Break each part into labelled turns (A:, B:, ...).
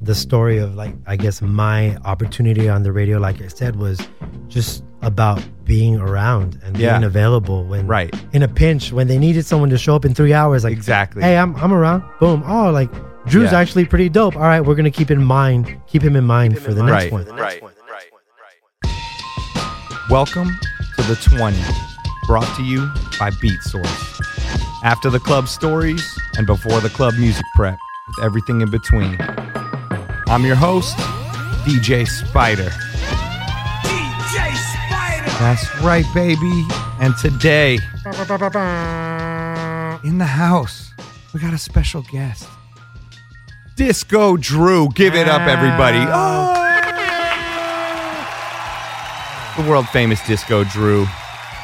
A: the story of like I guess my opportunity on the radio, like I said, was just about being around and
B: Yeah.
A: being available when
B: Right.
A: in a pinch when they needed someone to show up in three hours. Like
B: Exactly.
A: Hey, I'm I'm around. Boom. Oh, like Drew's
B: Yeah.
A: actually pretty dope. All right, we're gonna keep in mind, keep him in mind for the next
B: mind
A: one.
B: for the next Right. one, the next Right. one, Welcome to the 20, brought to you by Beat Source. After the club stories and before the club music prep, with everything in between. I'm your host, DJ Spider.
C: DJ Spider.
B: That's right, baby. And today, in the house, we got a special guest Disco Drew. Give it up, everybody. Oh! The world famous Disco Drew.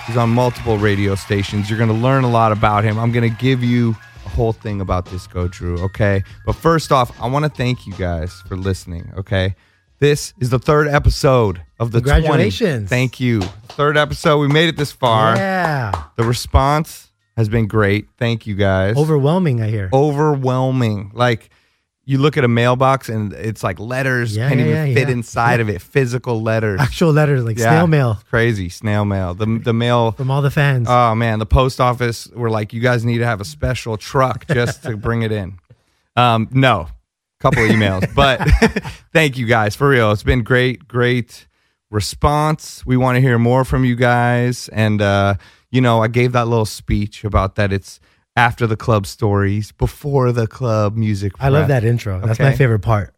B: He's on multiple radio stations. You're going to learn a lot about him. I'm going to give you a whole thing about Disco Drew, okay? But first off, I want to thank you guys for listening, okay? This is the third episode of the 20.
A: Congratulations.
B: Thank you. Third episode. We made it this far.
A: Yeah.
B: The response has been great. Thank you guys.
A: Overwhelming, I
B: Oh.
A: hear.
B: overwhelming. Like you look at a mailbox and it's like letters
A: Yeah,
B: can't
A: yeah,
B: even
A: yeah,
B: fit
A: yeah.
B: inside of it. Physical letters.
A: Actual letters like
B: Yeah.
A: snail mail
B: It's crazy. Snail mail. The the mail.
A: from all the fans.
B: Oh man, the post office were like, you guys need to have a special truck just to bring it in. Um, no, couple of emails, but thank you guys for real. It's been great, great response. We want to hear more from you guys, and uh, you know, I gave that little speech about that. It's after the club stories, before the club music.
A: I love
B: prep.
A: that intro. That's my
B: Okay.
A: favorite part.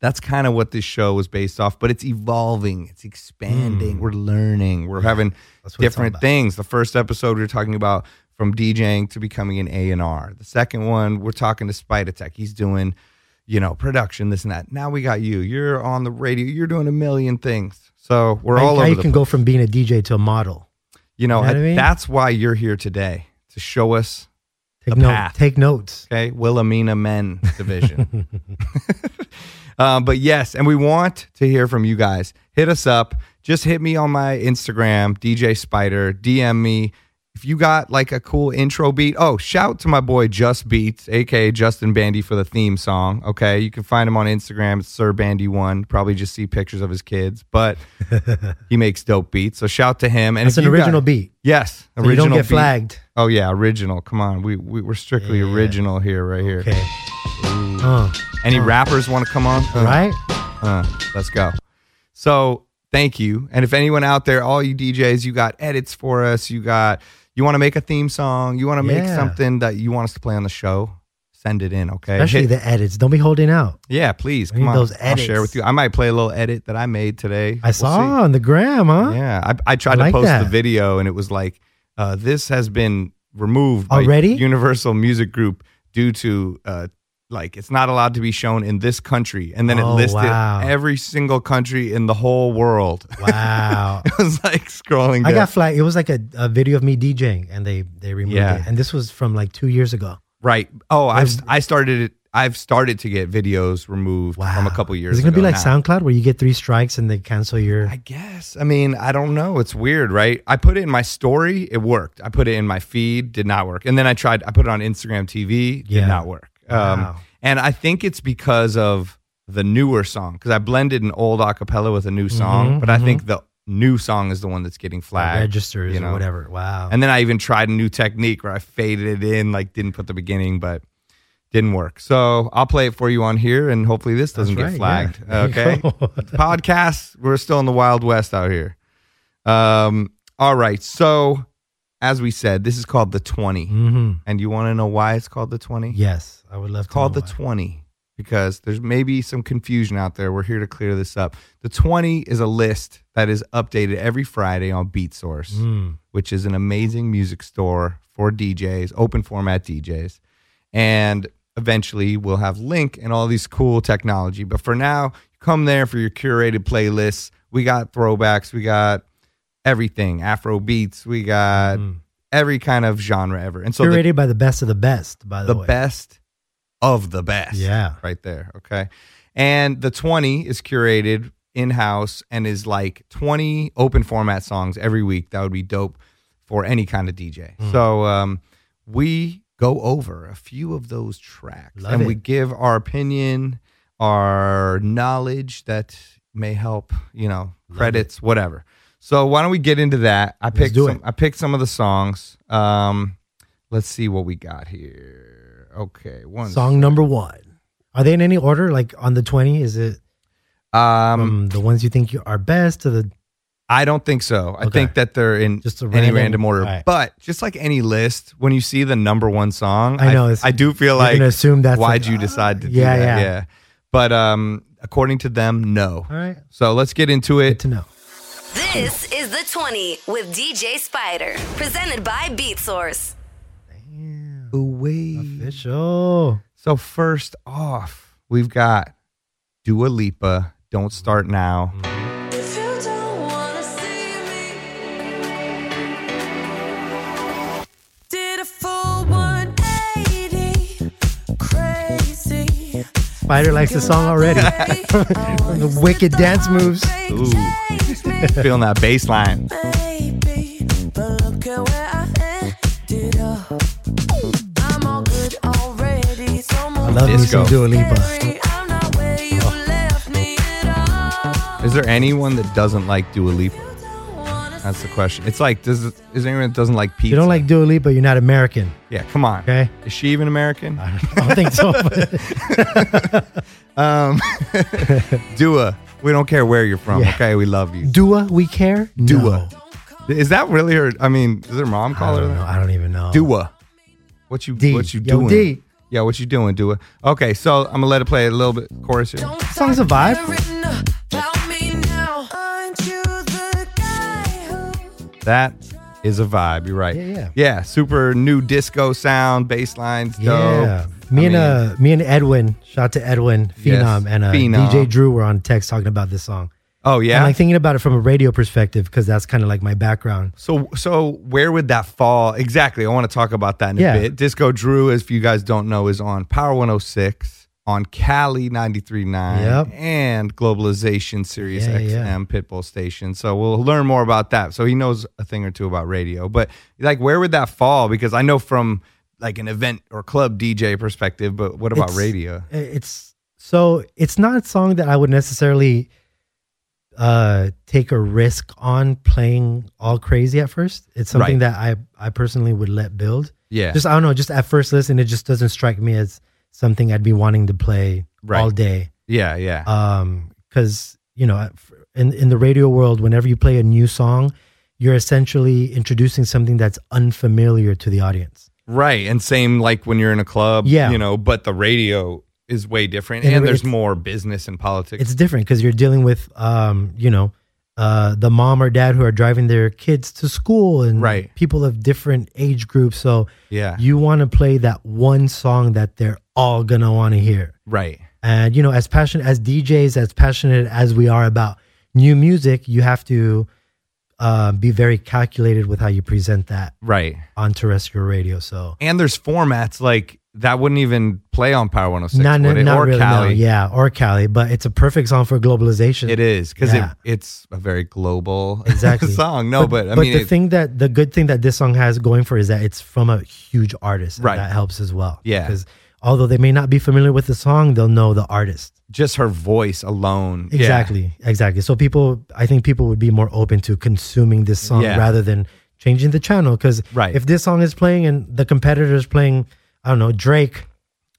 B: That's kind of what this show was based off, but it's evolving, it's expanding. We're learning. We're having
A: Mm. That's what it's all
B: different
A: about.
B: things. The first episode we were talking about from DJing to becoming an A and R. The second one we're talking to Spider Tech. He's doing, you know, production, this and that. Now we got you. You're on the radio. You're doing a million things. So we're
A: Like,
B: all
A: now
B: over
A: you
B: the
A: can go from being a DJ to a model.
B: You know,
A: You know
B: and
A: what I mean?
B: that's why you're here today to show us.
A: Take
B: The
A: note,
B: path.
A: Take notes.
B: Okay, Wilhelmina Men Division. Um, but yes, and we want to hear from you guys. Hit us up. Just hit me on my Instagram, DJ Spider. DM me if you got like a cool intro beat. Oh, shout to my boy Just Beats, aka Justin Bandy, for the theme song. Okay, you can find him on Instagram, it's Sir Bandy One. Probably just see pictures of his kids, but he makes dope beats. So shout to him. And
A: It's
B: if
A: an
B: you got-
A: original beat.
B: Yes,
A: So you don't get
B: beat.
A: flagged.
B: Oh yeah, original. Come on, we, we we're strictly
A: Yeah.
B: original here, right here.
A: Okay. Uh,
B: Any rappers want to come on? Uh.
A: right?
B: Uh, let's go. So thank you. And if anyone out there, all you DJs, you got edits for us, you got you want to make a theme song, you want to make
A: Yeah.
B: something that you want us to play on the show, send it in, okay?
A: Especially
B: Hit-
A: the edits. Don't be holding out.
B: yeah, please.
A: We
B: Come
A: need
B: on.
A: those
B: I'll share
A: edits.
B: with you. I might play a little edit that I made today.
A: I
B: We'll
A: saw
B: see.
A: on the gram, huh?
B: Yeah. I, I
A: I
B: tried to
A: like
B: post the
A: that.
B: video and it was like, uh, this has been removed by
A: Already?
B: Universal Music Group due to uh, like it's not allowed to be shown in this country. And then it
A: Oh,
B: listed
A: wow.
B: every single country in the whole world.
A: Wow.
B: it was like scrolling
A: I
B: down.
A: got flagged. It was like a, a video of me DJing and they, they removed
B: Yeah.
A: it. And this was from like two years ago.
B: right. Oh, I've
A: There's-
B: I started it. I've started to get videos removed
A: Wow.
B: from a couple years
A: Is it gonna
B: ago
A: be like
B: now.
A: SoundCloud where you get three strikes and they cancel your.
B: I guess. I mean, I don't know. It's weird, right? I put it in my story, it worked. I put it in my feed, did not work. And then I tried, I put it on Instagram TV, did
A: Yeah.
B: not work. Um,
A: Wow.
B: And I think it's because of the newer song, because I blended an old acapella with a new song,
A: Mhm,
B: but I think the new song is the one that's getting flagged.
A: registers
B: you know.
A: or whatever. Wow.
B: And then I even tried a new technique where I faded it in, like didn't put the beginning, but didn't work. So I'll play it for you on here, and hopefully this doesn't
A: That's
B: get
A: right,
B: flagged.
A: yeah. There
B: Okay
A: you go.
B: podcasts. We're still in the Wild West out here. Um, all right. So, as we said, this is called the 20.
A: Mhm.
B: And you want to know why it's called the 20?
A: Yes, I would love
B: It's called
A: to.
B: the 20 because there's maybe some confusion out there. We're here to clear this up. The 20 is a list that is updated every Friday on Beat Source
A: Mm.
B: which is an amazing music store for DJs, open format DJs. And eventually we'll have Link and all these cool technology. But for now, come there for your curated playlists. We got throwbacks, we got everything Afro beats, we got
A: Mm.
B: every kind of genre ever. And Uh, so
A: Curated by the best of the best, by
B: the,
A: the,
B: the
A: way.
B: best of the best
A: Yeah.
B: right there. Okay. And the 20 is curated in house and is like 20 open format songs every week. That would be dope for any kind of DJ.
A: Mm.
B: So um, we go over a few of those tracks
A: Love
B: and
A: it.
B: we give our opinion our knowledge that may help, you know, credits, whatever. So why don't we get into that? I picked
A: do
B: some,
A: it.
B: I picked some of the songs. Um, let's see what we got here. Okay, one
A: Song number one. Are they in any order? Like on the 20? Is it
B: Um,
A: um, the ones you think you are best to the.
B: I don't think so. I
A: Okay.
B: think that they're in
A: Just a
B: any
A: random-
B: random order.
A: Alright.
B: But just like any list, when you see the number one song,
A: I know, it's-
B: I, do feel
A: Like,
B: like
A: you're going to assume that's.
B: why'd
A: like,
B: you
A: ah,
B: decide to do
A: yeah,
B: that?
A: Yeah.
B: But um, according to them, no.
A: All right.
B: So let's get into
A: Good
B: it.
A: to know.
D: This is the 20 with DJ Spider, presented by Beat Source.
B: Away.
A: Official.
B: So first off, we've got Dua Lipa. Don't start now.
A: Mm.
D: If you don't wanna see me, did a full 180, crazy.
A: Spider likes the song already. the wicked dance moves.
B: Ooh, feeling that bass line.
E: Maybe, but look at where I ended up. I'm all good already, so
A: I love me
B: Disco.
A: some Dua Lipa. Oh.
E: I'm not where you left me at all.
B: Is there anyone that doesn't like Dua Lipa?
E: Don't wanna
B: That's the question. It's like, does is there anyone that doesn't like pizza?
A: You don't like Dua Lipa, you're not American.
B: Yeah, come on.
A: Okay.
B: Is she even American?
A: I don't think so. but-
B: Um, Dua, we don't care where you're from.
A: Yeah.
B: Okay, we love you.
A: Dua, we care?
B: Dua.
A: No.
B: Is that really her? I mean, does her mom
A: I
B: call her
A: don't know.
B: that?
A: I don't even know.
B: Dua. What you
A: D.
B: what you
A: Yo,
B: doing?
A: D.
B: Yeah, what you doing, Dua? Okay, so I'm gonna let it play a little bit chorus here.
E: Don't
A: Song's a
E: start
A: vibe.
E: caring about me now. Aren't you the guy who-
B: That is a vibe. You're right.
A: Yeah, yeah.
B: Yeah, super new disco sound, bass lines, dope.
A: Yeah. Me
B: I
A: and
B: mean,
A: uh, me and Edwin, shout out to Edwin
B: Yes,
A: Phenom and uh,
B: Phenom.
A: DJ Drew were on text talking about this song.
B: oh
A: And
B: yeah.
A: like thinking about it from a radio perspective because that's kind of like my background.
B: so so where would that fall exactly? I want to talk about that in
A: Yeah.
B: a bit. Disco Drew, if you guys don't know, is on Power 106, on Cali 93.9,
A: Yep.
B: and Globalization Series
A: Yeah,
B: XM
A: yeah.
B: Pitbull Station. So we'll learn more about that. So he knows a thing or two about radio, but like where would that fall? Because I know from like an event or club DJ perspective, but what about
A: It's-
B: radio?
A: I- eh, It's so it's not a song that I would necessarily uh take a risk on playing all crazy at first. It's something
B: Right.
A: that I I personally would let build.
B: Yeah.
A: Just I don't know, just at first listen, it just doesn't strike me as something I'd be wanting to play
B: Right.
A: all day.
B: yeah, yeah.
A: um because you know in in the radio world whenever you play a new song you're essentially introducing something that's unfamiliar to the audience
B: Right. And same like when you're in a club,
A: Yeah.
B: you know, but the radio is way different
A: And
B: and,
A: it-
B: there's
A: it's-
B: more business and politics.
A: it's different because you're dealing with um you know uh the mom or dad who are driving their kids to school and
B: Right.
A: people of different age groups so
B: Yeah.
A: you want to play that one song that they're all gonna want to hear
B: right.
A: And you know, as passionate as DJs, as passionate as we are about new music, you have to uh, be very calculated with how you present that
B: Right.
A: on terrestrial radio. So
B: And there's formats like that wouldn't even play on Power 106
A: not,
B: would
A: not,
B: it?
A: not
B: or
A: really,
B: Cali.
A: no, yeah, or Cali, but it's a perfect song for globalization.
B: It is because
A: Yeah.
B: it, it's a very global
A: Exactly.
B: song. No, but, I mean,
A: the
B: it-
A: thing that the good thing that this song has going for is that it's from a huge artist, and
B: Right.
A: That helps as well.
B: Yeah.
A: because although they may not be familiar with the song, they'll know the artist.
B: just her voice alone. Yeah.
A: Exactly, exactly. So people, I think people would be more open to consuming this song
B: Yeah.
A: rather than changing the channel. Because
B: Right.
A: if this song is playing and the competitor is playing, I don't know Drake.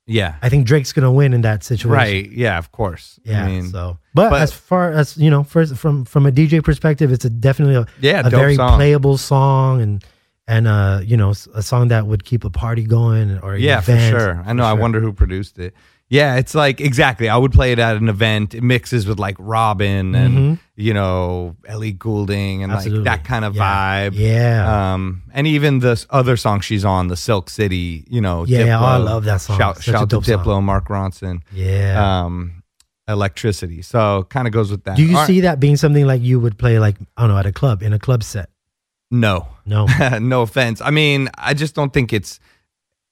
B: Yeah.
A: I think Drake's gonna win in that situation.
B: Right. Yeah. Of course.
A: Yeah.
B: I mean,
A: so, but,
B: but-
A: as far as you know, first from from a DJ perspective, it's a definitely a,
B: Yeah,
A: a
B: dope
A: very
B: song.
A: playable song and and uh you know s- a song that would keep a party going or an
B: Yeah, for
A: event.
B: sure. I know. I
A: sure.
B: wonder who produced it. Yeah, it's like exactly. I would play it at an event. It mixes with like Robin and you know Ellie Goulding and
A: Mm-hmm. Absolutely.
B: like that kind of
A: Yeah.
B: vibe.
A: Yeah.
B: Um, and even the s- other song she's on, the Silk City. You know.
A: Yeah, yeah,
B: Diplo.
A: oh, I love that song.
B: Shout,
A: Such a
B: shout to
A: dope song.
B: Diplo, Mark Ronson.
A: yeah.
B: Um, electricity. So kind of goes with that.
A: Do you
B: All right.
A: see that being something like you would play like I don't know at a club in a club set?
B: No.
A: No.
B: no offense. I mean, I just don't think it's.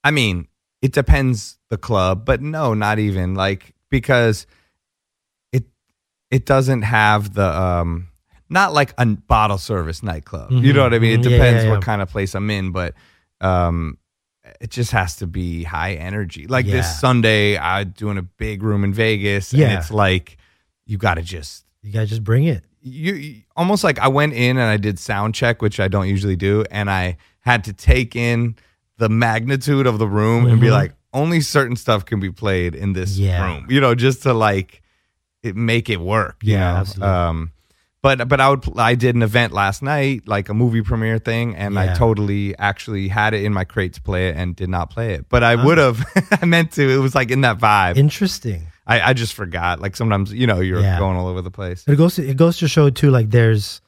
B: I mean, it depends the club, but no, not even like because it it doesn't have the um not like a bottle service nightclub. You know
A: Mhm.
B: what I mean? It
A: Mhm. Yeah,
B: depends
A: yeah, yeah.
B: what kind of place I'm in, but um it just has to be high energy. Like
A: Yeah.
B: this Sunday, I'm doing a big room in Vegas, and
A: Yeah.
B: it's like you got to just
A: You gotta just bring it.
B: you- you almost like I went in and I did sound check, which I don't usually do, and I had to take in the magnitude of the room and be
A: Mhm.
B: like, only certain stuff can be played in this
A: Yeah.
B: room, you know, just to like it make it work. you
A: Yeah,
B: know?
A: absolutely.
B: Um, but but I would pl- I did an event last night, like a movie premiere thing, and I
A: Yeah.
B: totally actually had it in my crate to play it and did not play it. But I
A: Oh.
B: would have, I meant to. It was like in that vibe.
A: Interesting.
B: I, I just forgot. Like sometimes, you know, you're
A: Yeah.
B: going all over the place.
A: It goes to, it goes to show too like there's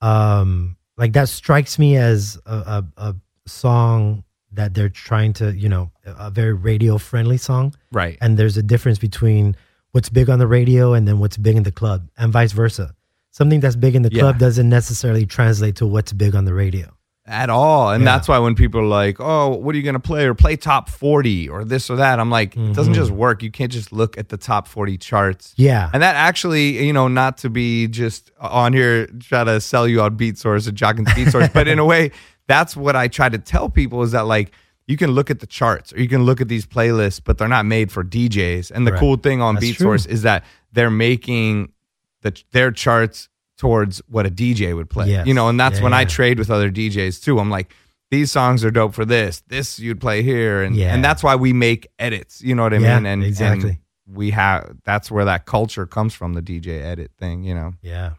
A: um like that strikes me as a, a, a song that they're trying to, you know, a a very radio friendly song.
B: Right.
A: And there's a difference between what's big on the radio and then what's big in the club and vice versa. Something that's big in the
B: Yeah.
A: club doesn't necessarily translate to what's big on the radio.
B: at all. And
A: Yeah.
B: that's why when people are like, oh, what are you going to play or play top 40 or this or that, I'm like, it doesn't just work. You can't just look at the top 40 charts.
A: Mm-hmm. Yeah.
B: And that actually, you know, not to be just on here try to sell you on beat source and Jockins beat source, but in a way, that's what I try to tell people is that like you can look at the charts or you can look at these playlists, but they're not made for DJs. And the
A: Correct.
B: cool thing on
A: That's
B: beat
A: true.
B: source is that they're making the, their charts towards what a DJ would play.
A: Yes.
B: You know, and that's
A: Yeah,
B: when I
A: yeah.
B: trade with other DJs too. I'm like, these songs are dope for this. This you'd play here, and
A: Yeah.
B: and that's why we make edits. You know what I
A: Yeah,
B: mean? And
A: exactly.
B: And we have that's where that culture comes from. The DJ edit thing, you know.
A: Yeah.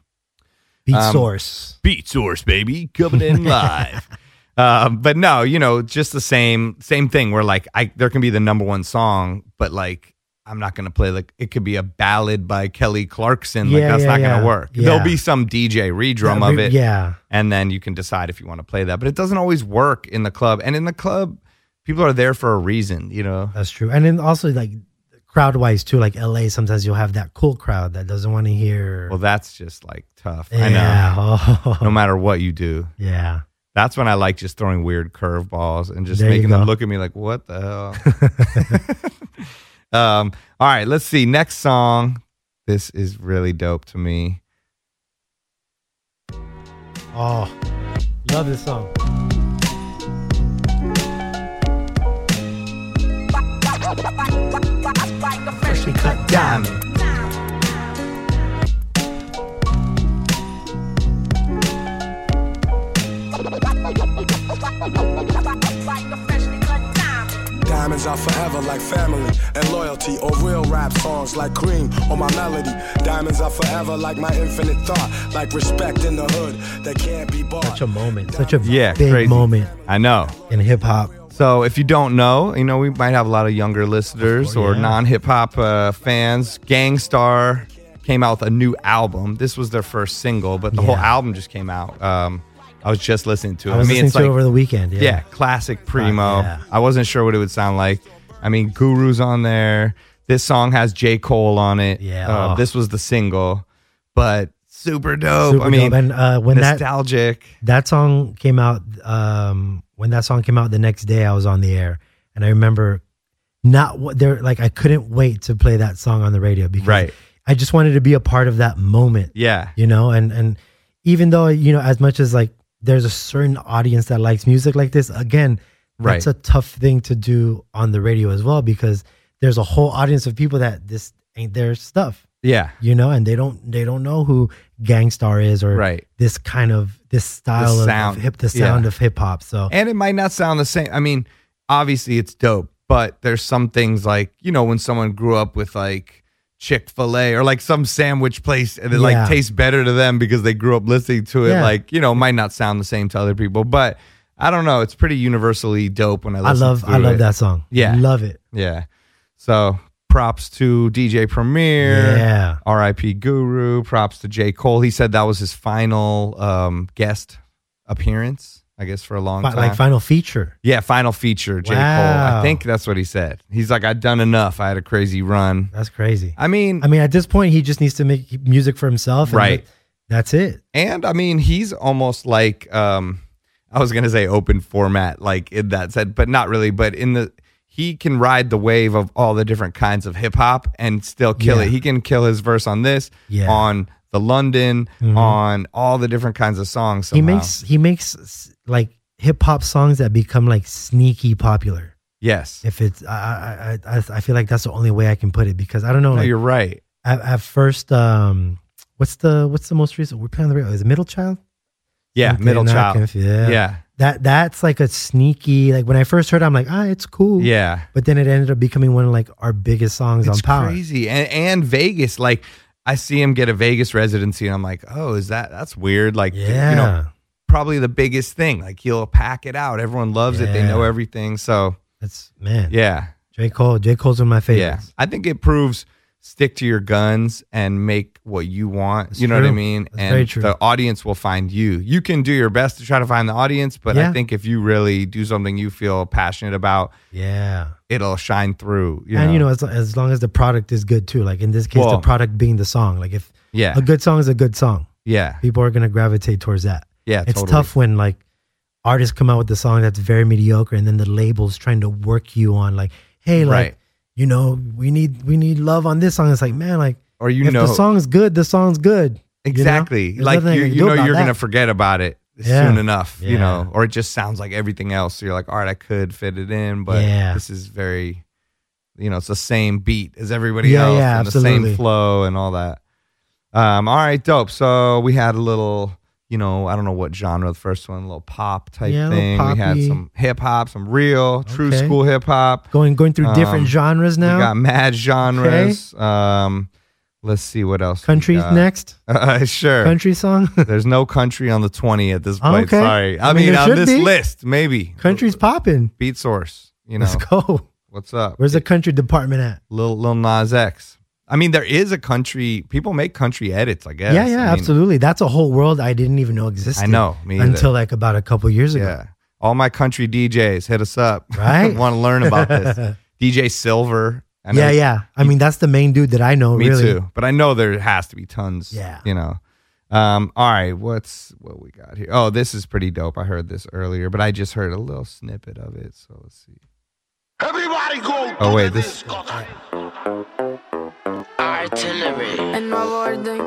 A: Beat
B: Um,
A: source.
B: Beat Source, baby, coming in live. Um, but no, you know, just the same same thing. Where like I, there can be the number one song, but like I'm not gonna play like it could be a ballad by Kelly Clarkson. Like
A: Yeah,
B: that's
A: yeah,
B: not gonna
A: yeah.
B: work.
A: Yeah.
B: There'll be some DJ redrum
A: That
B: of
A: re-
B: it,
A: Yeah.
B: and then you can decide if you want to play that. But it doesn't always work in the club, and in the club, people are there for a reason. You know,
A: That's true. And then also like crowd wise too, like LA sometimes you'll have that cool crowd that doesn't want to hear
B: well, that's just like tough. I know.
A: yeah. Oh,
B: No matter what you do,
A: yeah.
B: that's when I like just throwing weird curveballs and just
A: There you
B: making them
A: go.
B: look at me like, what the hell? um, all right, let's see. Next song. This is really dope to me.
A: Oh. Love this song.
B: Freshly cut diamond.
F: Diamonds are forever like family and loyalty, or real rap songs like cream or my melody. Diamonds are forever like my infinite thought, like respect in the hood that can't be bought.
A: Such a moment. Such a
B: Yeah,
A: big
B: crazy.
A: moment
B: I know.
A: in hip hop.
B: So if you don't know, you know, we might have a lot of younger listeners
A: Oh,
B: or
A: yeah.
B: non hip hop uh, fans. Gangstar came out with a new album. This was their first single, but the whole
A: Yeah.
B: album just came out. Um, I was just listening to it.
A: I was listening
B: it's
A: to it over the weekend. Yeah.
B: Yeah, classic primo.
A: yeah.
B: I wasn't sure what it would sound like. I mean, Guru's on there. This song has J. Cole on it.
A: Yeah,
B: Uh,
A: oh.
B: This was the single, but super dope.
A: Super
B: I mean,
A: dope. and uh, when that
B: nostalgic.
A: that song came out, um, when that song came out the next day, I was on the air, and I remember not what there like I couldn't wait to play that song on the radio because
B: Right.
A: I just wanted to be a part of that moment.
B: yeah.
A: you know and and even though you know as much as like there's a certain audience that likes music like this again that's
B: Right.
A: a tough thing to do on the radio as well because there's a whole audience of people that this ain't their stuff
B: Yeah.
A: you know and they don't they don't know who gangstar is or
B: Right.
A: this kind of this style of-
B: sound.
A: of hip the
B: Yeah.
A: sound of hip hop so
B: And it might not sound the same. I mean, obviously it's dope, but there's some things like, you know, when someone grew up with like Chick fil A or like some sandwich place and it
A: Yeah.
B: like tastes better to them because they grew up listening to it,
A: Yeah.
B: like, you know, might not sound the same to other people, but I don't know. It's pretty universally dope when I
A: I
B: listen
A: love I
B: through
A: love
B: it.
A: that song
B: Yeah.
A: love it
B: Yeah. So props to DJ Premier.
A: yeah
B: RIP Guru. Props to J. Cole. He said that was his final um, guest appearance, I guess, for a long
A: Fi-
B: time.
A: like final feature
B: Yeah, final feature, J. Cole. I
A: Wow.
B: think that's what he said. He's like, I've done enough. I had a crazy run.
A: that's crazy
B: I mean,
A: I mean at this point he just needs to make music for himself and
B: Right.
A: that's it
B: and I mean, he's almost like, um, I was going to say open format, like in that said, but not really. But in the, he can ride the wave of all the different kinds of hip hop and still kill
A: Yeah.
B: it. He can kill his verse on this,
A: Yeah. Mm-hmm.
B: on the London, on all the different kinds of songs.
A: he
B: somehow.
A: makes he makes like hip hop songs that become like sneaky popular.
B: Yes.
A: If it's, I, I, I, I- I feel like that's the only way I can put it because I don't know.
B: No,
A: Like,
B: you're right.
A: at, at first, um, what's the what's the most recent? We're playing on the radio. Is it Middle Child?
B: Yeah,
A: Something
B: middle
A: not
B: child.
A: conf- Yeah.
B: Yeah.
A: That that's like a sneaky. Like when I first heard, it, I'm like, ah, it's cool.
B: Yeah.
A: But then it ended up becoming one of like our biggest songs on
B: It's
A: Power.
B: crazy. And, and Vegas, like I see him get a Vegas residency and I'm like, oh, is that, that's weird. Like,
A: Yeah.
B: you know, probably the biggest thing. Like he'll pack it out. Everyone loves it. They
A: Yeah.
B: know everything. So
A: That's man.
B: yeah.
A: J Cole. J Cole's one of my
B: Yeah.
A: favorites.
B: I think it proves stick to your guns and make what you want.
A: That's
B: you know what I
A: true.
B: mean?
A: That's
B: and
A: very true.
B: the audience will find you. You can do your best to try to find the audience, but I
A: Yeah.
B: think if you really do something you feel passionate about,
A: Yeah.
B: it'll shine through. You
A: and
B: know?
A: you know, as, as long as the product is good too. Like in this case,
B: Well-
A: the product being the song. Like if
B: yeah.
A: a good song is a good song,
B: Yeah.
A: people are gonna gravitate towards that.
B: Yeah.
A: it's
B: totally.
A: tough when like artists come out with a song that's very mediocre, and then the labels trying to work you on like, hey, like
B: Right.
A: you know, we need we need love on this song. It's like, man, like
B: Or you
A: if
B: know.
A: the song's good, the song's good. you know?
B: Exactly.
A: There's
B: Like
A: nothing I
B: you,
A: can
B: you
A: do
B: know
A: about
B: you're
A: that.
B: gonna forget about it
A: Yeah.
B: soon enough, you
A: Yeah.
B: know, or it just sounds like everything else. So you're like, all right, I could fit it in, but
A: Yeah.
B: this is very, you know, it's the same beat as everybody
A: Yeah,
B: else,
A: yeah,
B: and the
A: absolutely.
B: same flow and all that. Um, all right, dope. So we had a little, you know, I don't know what genre the first one, a little pop type
A: Yeah, a little
B: thing. We had
A: poppy.
B: some hip hop, some real, true
A: Okay.
B: school hip hop.
A: Going going through
B: Um,
A: different genres
B: We
A: now.
B: got mad genres. Um, let's see what else. we
A: Country's
B: got.
A: next.
B: Uh, sure.
A: Country song.
B: There's no country on the 20 at this point.
A: Okay.
B: Sorry. I,
A: I mean,
B: mean,
A: there
B: on
A: should
B: this
A: be.
B: list, maybe.
A: Country's popping.
B: Beat Source, you know.
A: Let's go.
B: What's up?
A: Where's the country department at?
B: Lil, Lil Nas X? I mean, there is a country. People make country edits, I guess.
A: yeah,
B: I
A: yeah,
B: mean,
A: absolutely. That's a whole world I didn't even know existed.
B: I know. Me either.
A: until like about a couple years ago.
B: Yeah. All my country DJs, hit us up.
A: Right?
B: Want to learn about this. DJ Silver. I know-
A: yeah, yeah. I mean, that's the main dude that I know.
B: Me
A: really.
B: too. But I know there has to be tons.
A: Yeah.
B: You know. Um, all right, what's what we got here? Oh, this is pretty dope. I heard this earlier, but I just heard a little snippet of it. So let's see.
C: Everybody go.
B: Oh wait, this
G: Artillery,
E: En nuevo orden,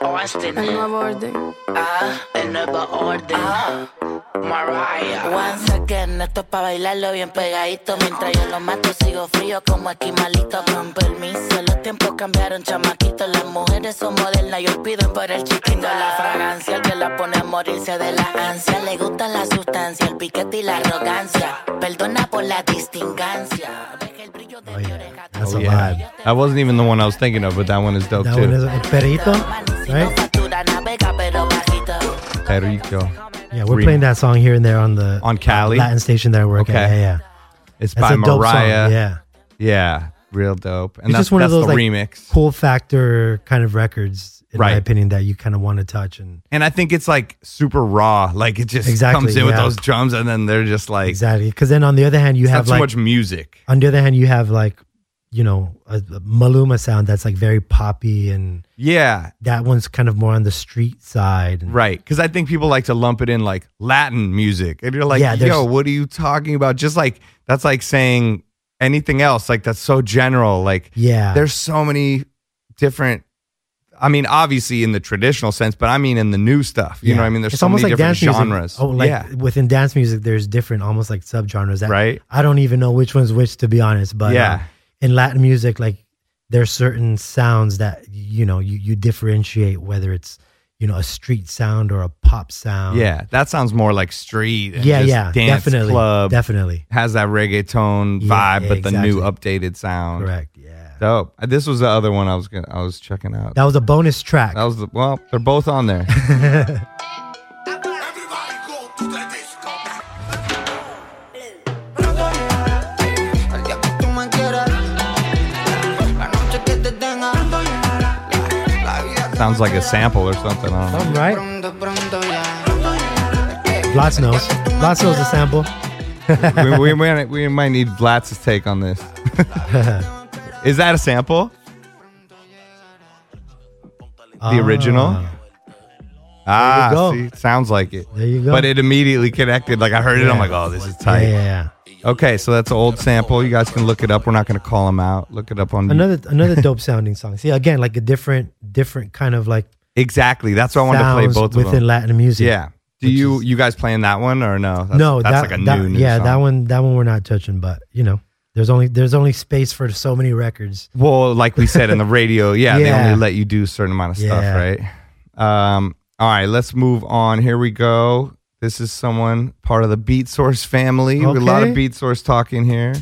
G: Austin,
E: en nuevo orden.
G: ah, el nuevo orden, Mariah.
H: One second, Ah. esto es pa' bailarlo bien pegadito. Mientras yo lo mato, sigo frío como esquimalito. Con permiso, los tiempos cambiaron, chamaquito. Las mujeres son modernas y olviden por el chiquito. La fragancia que la pone a morirse de la ansia. Le gusta la sustancia, el piquete y la arrogancia. Perdona por la distingancia. Deja el brillo de
A: Oh,
H: mi
A: yeah.
H: oreja.
A: That's
B: Oh,
A: a
B: yeah.
A: vibe.
B: That wasn't even the one I was thinking of, but that one is dope
A: That
B: too.
A: one is El Perrito,
H: Si no
A: right?
H: factura, navega, pero bajito.
B: Perico.
A: Yeah, we're
B: Remix.
A: playing that song here and there on the
B: On Cali?
A: Latin station that I work at.
B: Okay.
A: Yeah, yeah.
B: It's
A: That's
B: by
A: a dope
B: Mariah.
A: song. Yeah,
B: Yeah, real dope. And
A: it's
B: that's,
A: just one of
B: that's
A: those
B: the
A: like
B: remix.
A: cool factor kind of records, in
B: Right.
A: my opinion, that you kind of want to touch and
B: And I think it's like super raw. Like it just
A: Exactly,
B: comes in with
A: yeah.
B: those drums and then they're just like
A: exactly. Because then on the other hand, you
B: it's not
A: have
B: too
A: like
B: much music.
A: on the other hand, you have like you know a, a Maluma sound that's like very poppy and
B: Yeah.
A: that one's kind of more on the street side. And
B: Right. Because I think people like to lump it in like Latin music. And you're like,
A: Yeah, there's-
B: yo, what are you talking about? Just like, that's like saying anything else. Like, that's so general. Like,
A: Yeah,
B: there's so many different, I mean, obviously in the traditional sense, but I mean in the new stuff. You
A: Yeah.
B: know what I mean? There's
A: It's
B: so
A: almost
B: many
A: like
B: different
A: dance music.
B: genres.
A: Oh, like
B: yeah.
A: within dance music, there's different almost like subgenres. That
B: Right.
A: I don't even know which one's which to be honest. But
B: Yeah.
A: um, in Latin music, like there's certain sounds that you know you you differentiate whether it's you know a street sound or a pop sound.
B: Yeah. That sounds more like street. And
A: yeah,
B: just
A: yeah,
B: Dance
A: definitely,
B: club
A: definitely
B: has that reggaeton
A: Yeah,
B: vibe, but the new updated sound.
A: correct. Yeah,
B: Dope. This was the other one I was gonna, I was checking out.
A: that was a bonus track.
B: That was the well. They're both on there.
C: Everybody go to the disco.
I: El día que tú me quieras, la noche que te tenga, la vida que
B: Sounds
I: me
B: like a
I: quieras,
B: sample or something. I don't know.
A: Something, right?
I: Pronto, pronto ya.
A: Blas knows. Blas knows the sample.
B: we, we, might, we might need Vlatz's take on this. Is that a sample? The original? Ah,
A: go.
B: see, sounds like it.
A: There you go.
B: But it immediately connected. Like I heard it, I'm like, oh, this is
A: Yeah,
B: tight.
A: yeah, yeah.
B: Okay, so that's an old sample. You guys can look it up. We're not going to call them out. Look it up on
A: Another another dope sounding song. See, again, like a different different kind of like
B: Exactly. That's why I wanted to play
A: sounds
B: both of
A: within
B: them.
A: Latin music.
B: Yeah. Do
A: which
B: you
A: is-
B: you guys playing that one or no? That's,
A: no,
B: that's
A: that,
B: like a
A: that-
B: new, new
A: yeah,
B: song.
A: that one, that one we're not touching. But you know, there's only there's only space for so many records.
B: Well, like we said in the radio, yeah, they
A: Yeah.
B: only let you do a certain amount of stuff,
A: Yeah.
B: right? Um, all right, let's move on. Here we go. This is someone part of the Beat Source family. A lot
A: Okay.
B: of Beat Source talk in here.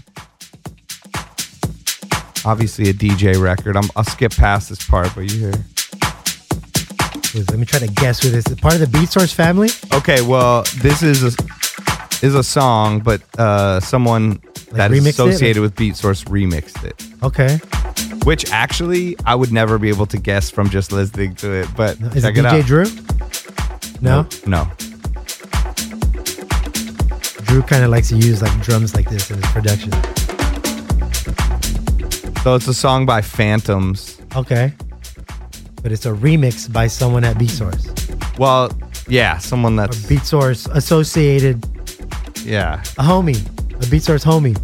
B: Obviously, a DJ record. I'm, I'll skip past this part, but you hear.
A: Let me try to guess who this is. Part of the Beat Source family.
B: Okay, well, this is a, is a song, but uh, someone that is
A: remixed it?
B: associated with Beat Source remixed it.
A: Okay,
B: which actually I would never be able to guess from just listening to it. But
A: No, is
B: check
A: it
B: it,
A: DJ
B: out.
A: Drew? No,
B: No,
A: Drew kind of likes to use like drums like this in his production.
B: so it's a song by Phantoms.
A: Okay, but it's a remix by someone at Beat Source
B: Well, yeah, someone
A: or
B: that's
A: Beat Source associated,
B: yeah.
A: a homie, a Beat Source homie.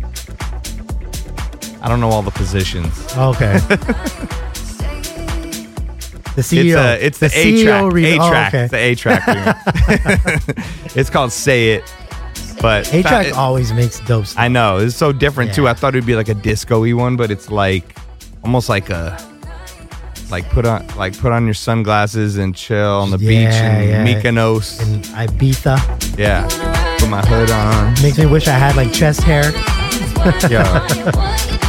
B: I don't know all the positions.
A: Oh, Okay. E the
B: It's,
A: CEO.
B: a, it's the, A
A: CEO
B: track.
A: re-
B: A track.
A: Oh,
B: It's the
A: okay.
B: A track. it's called "Say It," but
A: A track
B: it-
A: always makes dope stuff.
B: I know it's so different too.
A: Yeah.
B: I thought it'd be like a disco-y one, but it's like almost like a like put on like put on your sunglasses and chill on the
A: Yeah,
B: beach in
A: yeah.
B: Mykonos.
A: And Ibiza
B: Yeah. Put my hood on.
A: makes me wish I had like chest hair.
B: Yeah.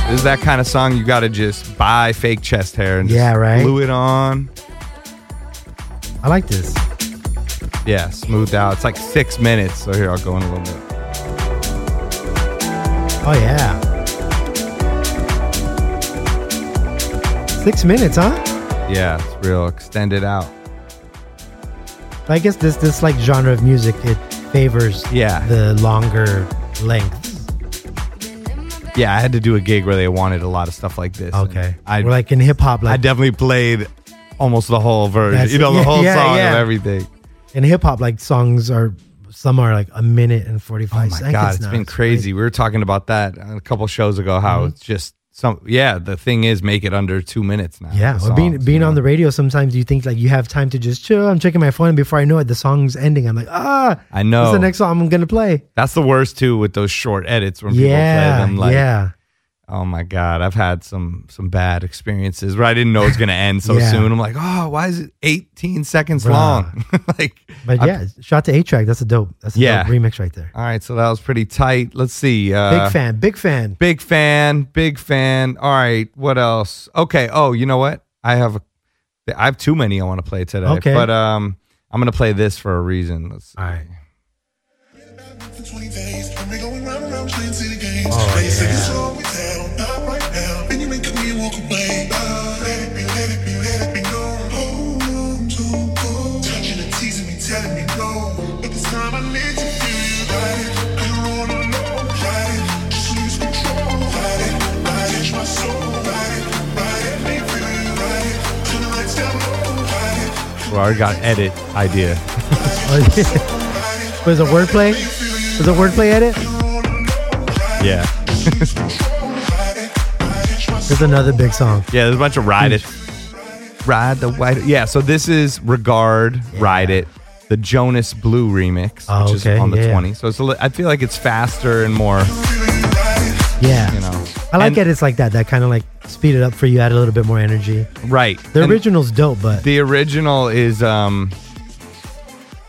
B: this is that kind of song you got to just buy fake chest hair and just
A: Yeah, right?
B: glue it on.
A: I like this.
B: Yeah, smoothed out. It's like six minutes. So here, I'll go in a little bit.
A: Oh yeah. Six minutes, huh?
B: Yeah, it's real extended out.
A: I guess this this like genre of music it favors
B: Yeah.
A: the longer lengths.
B: Yeah, I had to do a gig where they wanted a lot of stuff like this. and
A: Okay.
B: I,
A: We're like in hip hop,
B: I
A: like
B: definitely played almost the whole version,
A: That's-
B: you know, the
A: yeah,
B: whole
A: yeah,
B: song
A: yeah.
B: of everything.
A: in hip hop, like songs are some are like a minute and forty
B: Oh
A: five
B: my
A: seconds.
B: god, it's
A: now.
B: been crazy. We were talking about that a couple shows ago. How
A: Mm-hmm.
B: it's just some. Yeah, the thing is, make it under two minutes now.
A: Yeah,
B: the
A: well, being
B: songs,
A: being
B: you
A: on
B: know?
A: the radio, sometimes you think like you have time to just chill. I'm checking my phone, and before I know it, the song's ending. I'm like, ah,
B: I know.
A: What's the next song I'm gonna play?
B: That's the worst too with those short edits when people play
A: Yeah,
B: them. Like,
A: yeah,
B: oh my god, I've had some some bad experiences where I didn't know it was gonna end so
A: Yeah.
B: soon. I'm like, oh, why is it 18 seconds
A: Bruh.
B: long? like,
A: but
B: I-
A: yeah, shot to eight track. That's a dope. That's a
B: Yeah.
A: dope remix right there.
B: all right, so that was pretty tight. Let's see. Uh,
A: Big fan, big fan.
B: big fan, big fan. All right, what else? Okay. Oh, you know what? I have a, I have too many I want to play today.
A: Okay.
B: but um, I'm gonna play this for a reason. Let's
A: All right,
C: For 20 days, I've been going round and round playing city games.
A: Oh,
C: Play sick and
A: yeah.
C: slow me down, not right now. And you make me walk away. Uh, let it be, let it be, let it be known. Hold on to good. Touching and teasing me, telling me no. But this time I need to feel you right. I don't wanna know right. Just lose control right. Right, itch my soul right. Right, let me feel you right. Turn the lights down low right.
B: we already got edit idea.
A: was a wordplay? Was a wordplay edit?
B: Yeah,
A: There's another big song.
B: yeah. There's a bunch of ride it, ride the white. Yeah. So this is regard ride it. The Jonas Blue remix,
A: Oh,
B: which
A: okay,
B: is on the
A: yeah.
B: 20. So it's a li- I feel like it's faster and more,
A: Yeah,
B: you know.
A: I like
B: and,
A: edits like that. That kind of like speed it up for you, add a little bit more energy.
B: Right.
A: The
B: And-
A: original's dope, but
B: The original is um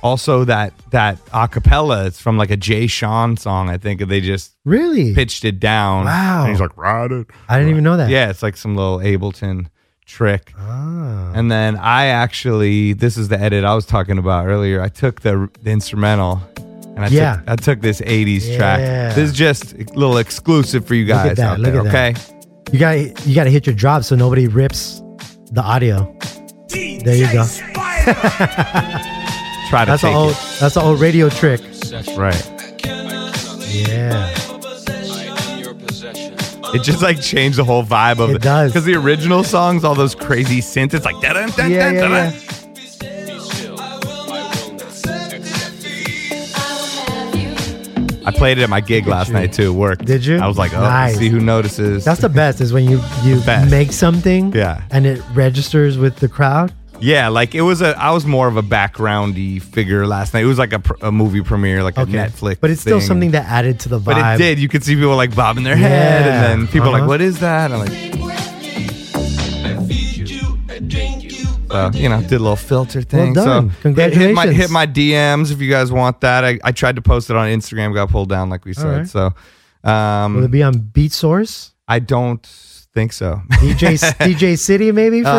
B: also that that acapella. It's from like a Jay Sean song, I think. and They just
A: really,
B: pitched it down.
A: Wow.
B: And he's like, ride it.
A: I didn't even know that.
B: Yeah, it's like some little Ableton trick.
A: Ah.
B: And then I actually, this is the edit I was talking about earlier. I took the, the instrumental. And I,
A: Yeah.
B: took, I took this 80s
A: Yeah.
B: track. This is just a little exclusive for you
A: Look at
B: guys.
A: that,
B: out
A: look
B: there,
A: at that.
B: okay?
A: You got you got to hit your drop so nobody rips the audio. There you go.
B: Try to
A: That's an
B: take
A: old that's an old radio trick.
B: it. Right.
A: Yeah.
B: It just like changed the whole vibe of
A: It
B: it.
A: does.
B: Because the original songs, all those crazy synths, it's like, da-dun, dun,
A: Yeah,
B: dun,
A: yeah,
B: dun,
A: yeah.
B: I played it at my gig last night too. at Work.
A: Did you?
B: I was like, oh,
A: Nice.
B: see who notices.
A: That's the best is when you you
B: Best.
A: make something
B: Yeah.
A: and it registers with the crowd.
B: Yeah, like it was a. I was more of a backgroundy figure last night. It was like a, pr- a movie premiere, like a Netflix.
A: But it's still
B: thing.
A: something that added to the vibe.
B: But it did. You could see people like bobbing their head,
A: Yeah.
B: and then people are like,
A: Uh-huh.
B: "What is that?" And I'm like, so, you know, did a little filter thing.
A: done.
B: So hit- Hit my, hit
A: Congratulations.
B: my DMs if you guys want that. I, I tried to post it on Instagram, got pulled down, like we said.
A: right.
B: So
A: Will
B: um,
A: it be on Beat Source?
B: I don't think so.
A: DJ DJ City maybe for now?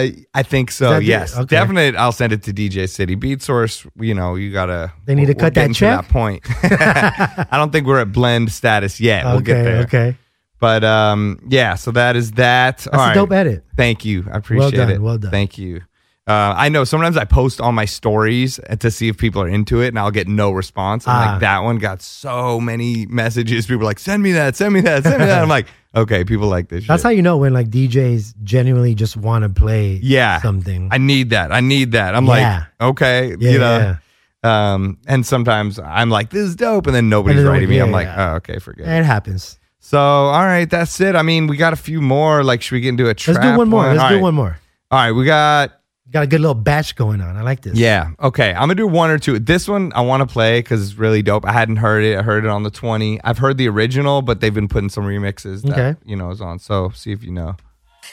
B: Uh, I think
A: Is
B: so.
A: that the-
B: Yes,
A: okay.
B: definitely. I'll send it to DJ City Beat Source. You know, you gotta.
A: They need to
B: we're-
A: cut
B: we're getting
A: that
B: to
A: check?
B: point. I don't think we're at blend status yet. We'll
A: okay,
B: get there.
A: okay.
B: But um, yeah. So that is that.
A: That's a dope edit.
B: Thank you. I appreciate
A: done,
B: it.
A: well done.
B: Thank you. Uh, I know sometimes I post on my stories to see if people are into it, and I'll get no response. And
A: Ah.
B: like that one got so many messages. People are like, "Send me that, send me that, send me that." I'm like, "Okay, people like this."
A: That's
B: shit.
A: how you know when like DJs genuinely just want to play
B: yeah
A: something.
B: i need that i need that i'm
A: Yeah.
B: like okay
A: Yeah,
B: you know
A: yeah.
B: um and sometimes i'm like this is dope and then nobody's
A: And then,
B: writing me
A: yeah,
B: i'm like
A: yeah.
B: oh okay forget it
A: it happens.
B: so all right that's it i mean we got a few more like should we get into a trap
A: Let's do one more. Let's
B: All
A: do
B: right.
A: one more.
B: all right we got
A: Got a good little batch going on. I like this.
B: yeah okay i'm gonna do one or two this one i want to play because it's really dope i hadn't heard it i heard it on the 20 i've heard the original but they've been putting some remixes that
A: Okay.
B: you know is on so see if you know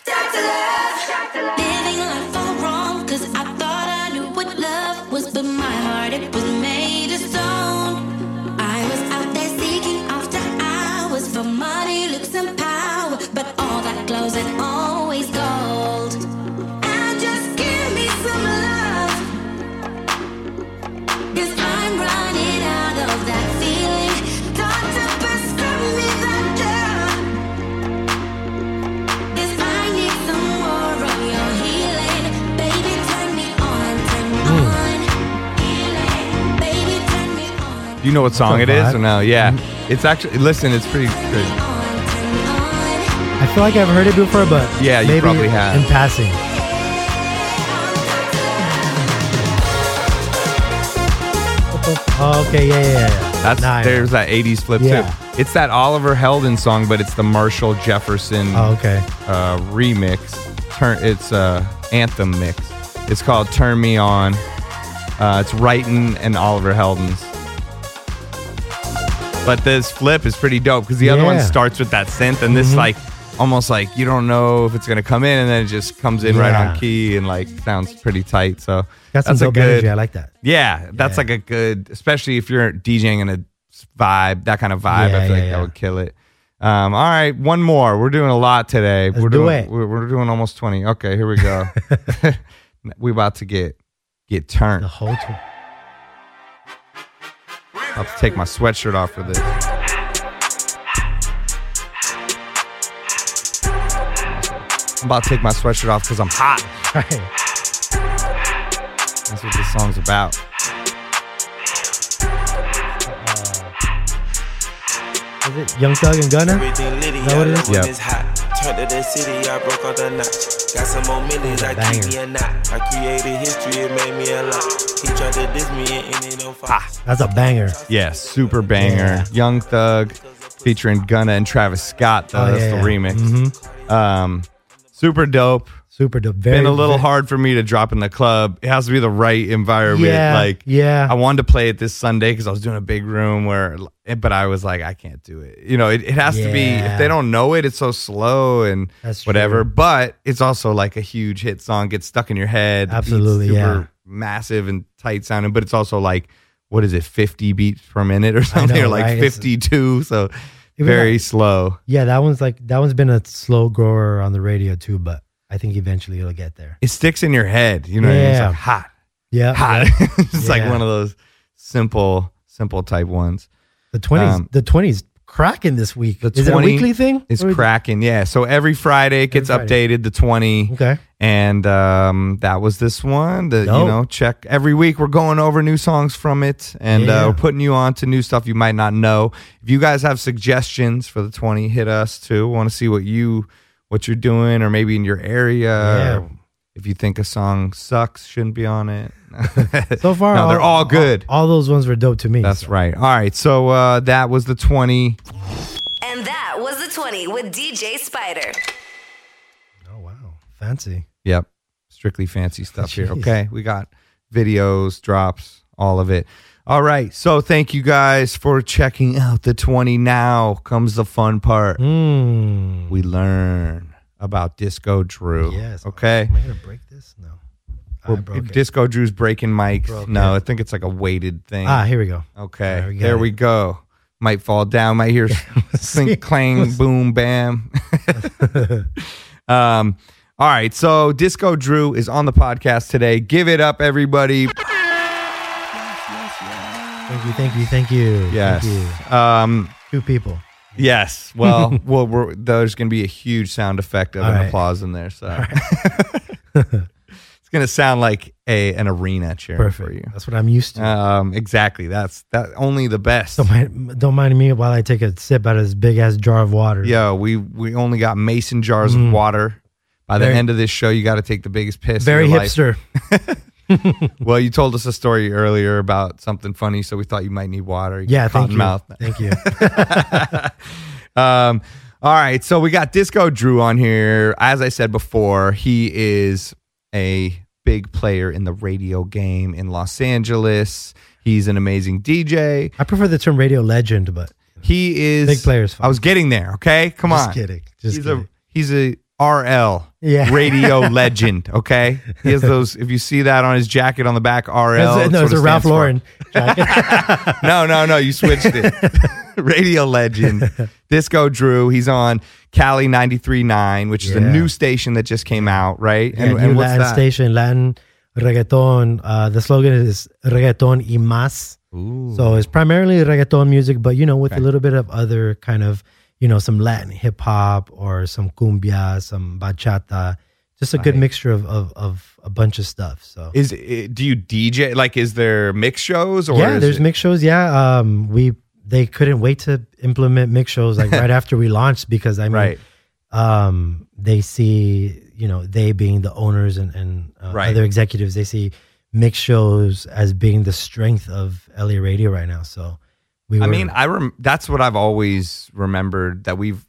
H: Doctor Love. Living life all wrong, cause I thought I knew what love was, but my heart, it was made of stone. I was out there seeking after hours for money, looks, and power, but all that glows is always gold. And just give me some love, cause I'm running out of that feeling. Doctor, prescribe me that drug. Cause I need some more of your healing. Baby, turn me on, turn me on. Healing. Baby, turn me on.
B: do you know what song
A: a
B: it is
A: vibe.
B: or no yeah it's actually listen it's pretty good
H: On, turn me on.
A: I feel like I've heard it before, but
B: Yeah, you
A: maybe
B: probably have.
A: in passing. Oh, Okay, yeah, yeah, yeah.
B: That's
A: Nah, I
B: there's that 80s flip
A: Yeah.
B: too. It's that Oliver Heldon song, but it's the Marshall Jefferson
A: know. Oh, okay.
B: uh, remix. Turn it's a anthem mix. It's called "Turn Me On." Uh, it's Wrighton and Oliver Heldens. But this flip is pretty dope because the other one
A: Yeah. Mm-hmm.
B: starts with that synth, and this like almost like you don't know if it's gonna come in, and then it just comes in right on
A: Yeah.
B: key and like sounds pretty tight. So
A: Got some
B: that's a
A: dope
B: good
A: energy. I like that.
B: yeah, that's
A: Yeah.
B: like a good, especially if you're DJing in a vibe, that kind of vibe. I
A: Yeah,
B: feel like
A: yeah,
B: that
A: yeah.
B: would kill it. Um, all right, one more. We're doing a lot today. we're
A: do
B: doing
A: it.
B: We're, we're doing almost twenty. Okay, here we go. we about to get get turned.
A: The whole tour.
B: I'll have to take my sweatshirt off for this. I'm about to take my sweatshirt off because I'm hot.
A: Right.
B: That's what this song's about.
A: Is it Young Thug and Gunna?
J: Everything litty,
A: Know what
J: I
A: it
J: love
A: is?
J: when
B: Yeah.
J: it's hot. Turn to the city, I broke all the knots. Got some more millions, I keep me a knot. I created history, it made me a lot. He tried to diss me and it ain't no fox.
A: That's a banger.
B: Yeah, super banger.
A: Yeah.
B: Young Thug featuring Gunna and Travis Scott. Though,
A: Oh,
B: that's
A: yeah,
B: the
A: yeah.
B: remix. Um, super dope.
A: Super dope. Very,
B: Been a little
A: very-
B: hard for me to drop in the club. It has to be the right environment.
A: Yeah,
B: like
A: yeah.
B: I wanted to play it this Sunday because I was doing a big room where, eh, but I was like, I can't do it. You know, it, it has to be. If
A: Yeah.
B: they don't know it, it's so slow and
A: That's
B: whatever.
A: true.
B: But it's also like a huge hit song. Gets stuck in your head. The beat's
A: Absolutely,
B: super
A: yeah.
B: Massive and tight sounding, but it's also like what is it, fifty beats per minute or something,
A: know,
B: or like
A: right? It's-
B: fifty-two. So
A: Even
B: very
A: like-
B: slow.
A: Yeah, that one's like that one's been a slow grower on the radio too, but I think eventually it'll get there.
B: It sticks in your head. You know, what I mean? it's
A: Yeah.
B: like hot.
A: Yeah.
B: hot. it's like
A: Yeah.
B: one of those simple, simple type ones.
A: The twenties.
B: Um,
A: the twenties cracking this week.
B: The
A: Is it a
B: 20
A: weekly thing?
B: It's
A: Or is-
B: cracking. Yeah. So every Friday it gets
A: Every Friday.
B: updated, the 20.
A: Okay.
B: And um, that was this one. That you
A: Dope.
B: know, check every week. We're going over new songs from it, and
A: Yeah.
B: uh, we're putting you on to new stuff you might not know. If you guys have suggestions for the twenty, hit us too. Want to see what you what you're doing, or maybe in your area.
A: Yeah.
B: or If you think a song sucks, shouldn't be on it.
A: So far,
B: no, they're all good.
A: All, those ones were dope to me.
B: That's
A: so.
B: right. All right. So uh, that was the 20.
D: And that was the 20 with DJ Spider.
A: Oh wow, fancy.
B: Yep. strictly fancy stuff here.
K: Jeez.
B: Okay. We got videos, drops, all of it. All right. So thank you guys for checking out the 20. Now comes the fun part.
A: Hmm?
B: We learn about Disco Drew.
A: Yes.
B: Okay.
A: Am I gonna break this? No.
B: We're- Disco Drew's breaking mics.
A: Broke
B: no,
A: it.
B: I think it's like a weighted thing.
A: Ah, here we go.
B: Okay.
A: All right, we got
B: there
A: it.
B: we go. Might fall down. Might hear
A: see.
B: clink, clang, boom, bam. um, all right. So Disco Drew is on the podcast today. Give it up, everybody.
A: Thank you, thank you, thank you.
B: Yes.
A: Thank
B: Um,
A: you. Two people.
B: Yes. Well, well we're, there's going to be a huge sound effect of
A: All
B: an
A: right.
B: applause in there. So it's going to sound like a an arena cheering for
A: Perfect.
B: you.
A: That's what I'm used to.
B: Um, exactly. That's that. Only the best.
A: Don't mind, don't mind me while I take a sip out of this big ass jar of water.
B: Yo, we we only got mason jars
A: Mm.
B: of water. By the
A: Very-
B: end of this show, you got to take the biggest piss. of
A: Very
B: your life.
A: hipster.
B: Well, you told us a story earlier about something funny, so we thought you might need water. You
A: Yeah,
B: got
A: thank
B: cotton
A: you.
B: Mouth.
A: Thank you.
B: um, all right, so we got Disco Drew on here. As I said before, he is a big player in the radio game in Los Angeles. He's an amazing DJ.
A: I prefer the term radio legend, but
B: He is
A: Big player's
B: I was getting there. Okay, come
A: Just
B: on.
A: kidding. Just
B: he's
A: kidding.
B: a he's a RL
A: Yeah.
B: radio legend. Okay, he has those. If you see that on his jacket on the back, RL.
A: It's- no,
B: sort
A: it's
B: of
A: a Ralph
B: stands for-
A: Lauren. jacket.
B: no, no, no. You switched it. Radio legend, Disco Drew. He's on Cali 93.9, which is a
A: Yeah.
B: new station that just came out, right?
A: Yeah, new Latin station, Latin reggaeton. Uh, the slogan is reggaeton y más. So it's primarily reggaeton music, but you know, with a little bit of other kind of, you know, some Latin hip hop or some cumbia, some bachata, just a good mixture of, of of a bunch of stuff. So
B: Is it, do you DJ? Like, is there mix shows or
A: yeah,
B: is
A: there's
B: it-
A: mix shows. Yeah, um, we they couldn't wait to implement mix shows like right after we launched because I mean,
B: Right.
A: um, they see you know they being the owners and and uh,
B: Right.
A: other executives they see mix shows as being the strength of LA radio right now. So we were,
B: I mean, I rem- that's what I've always remembered that we've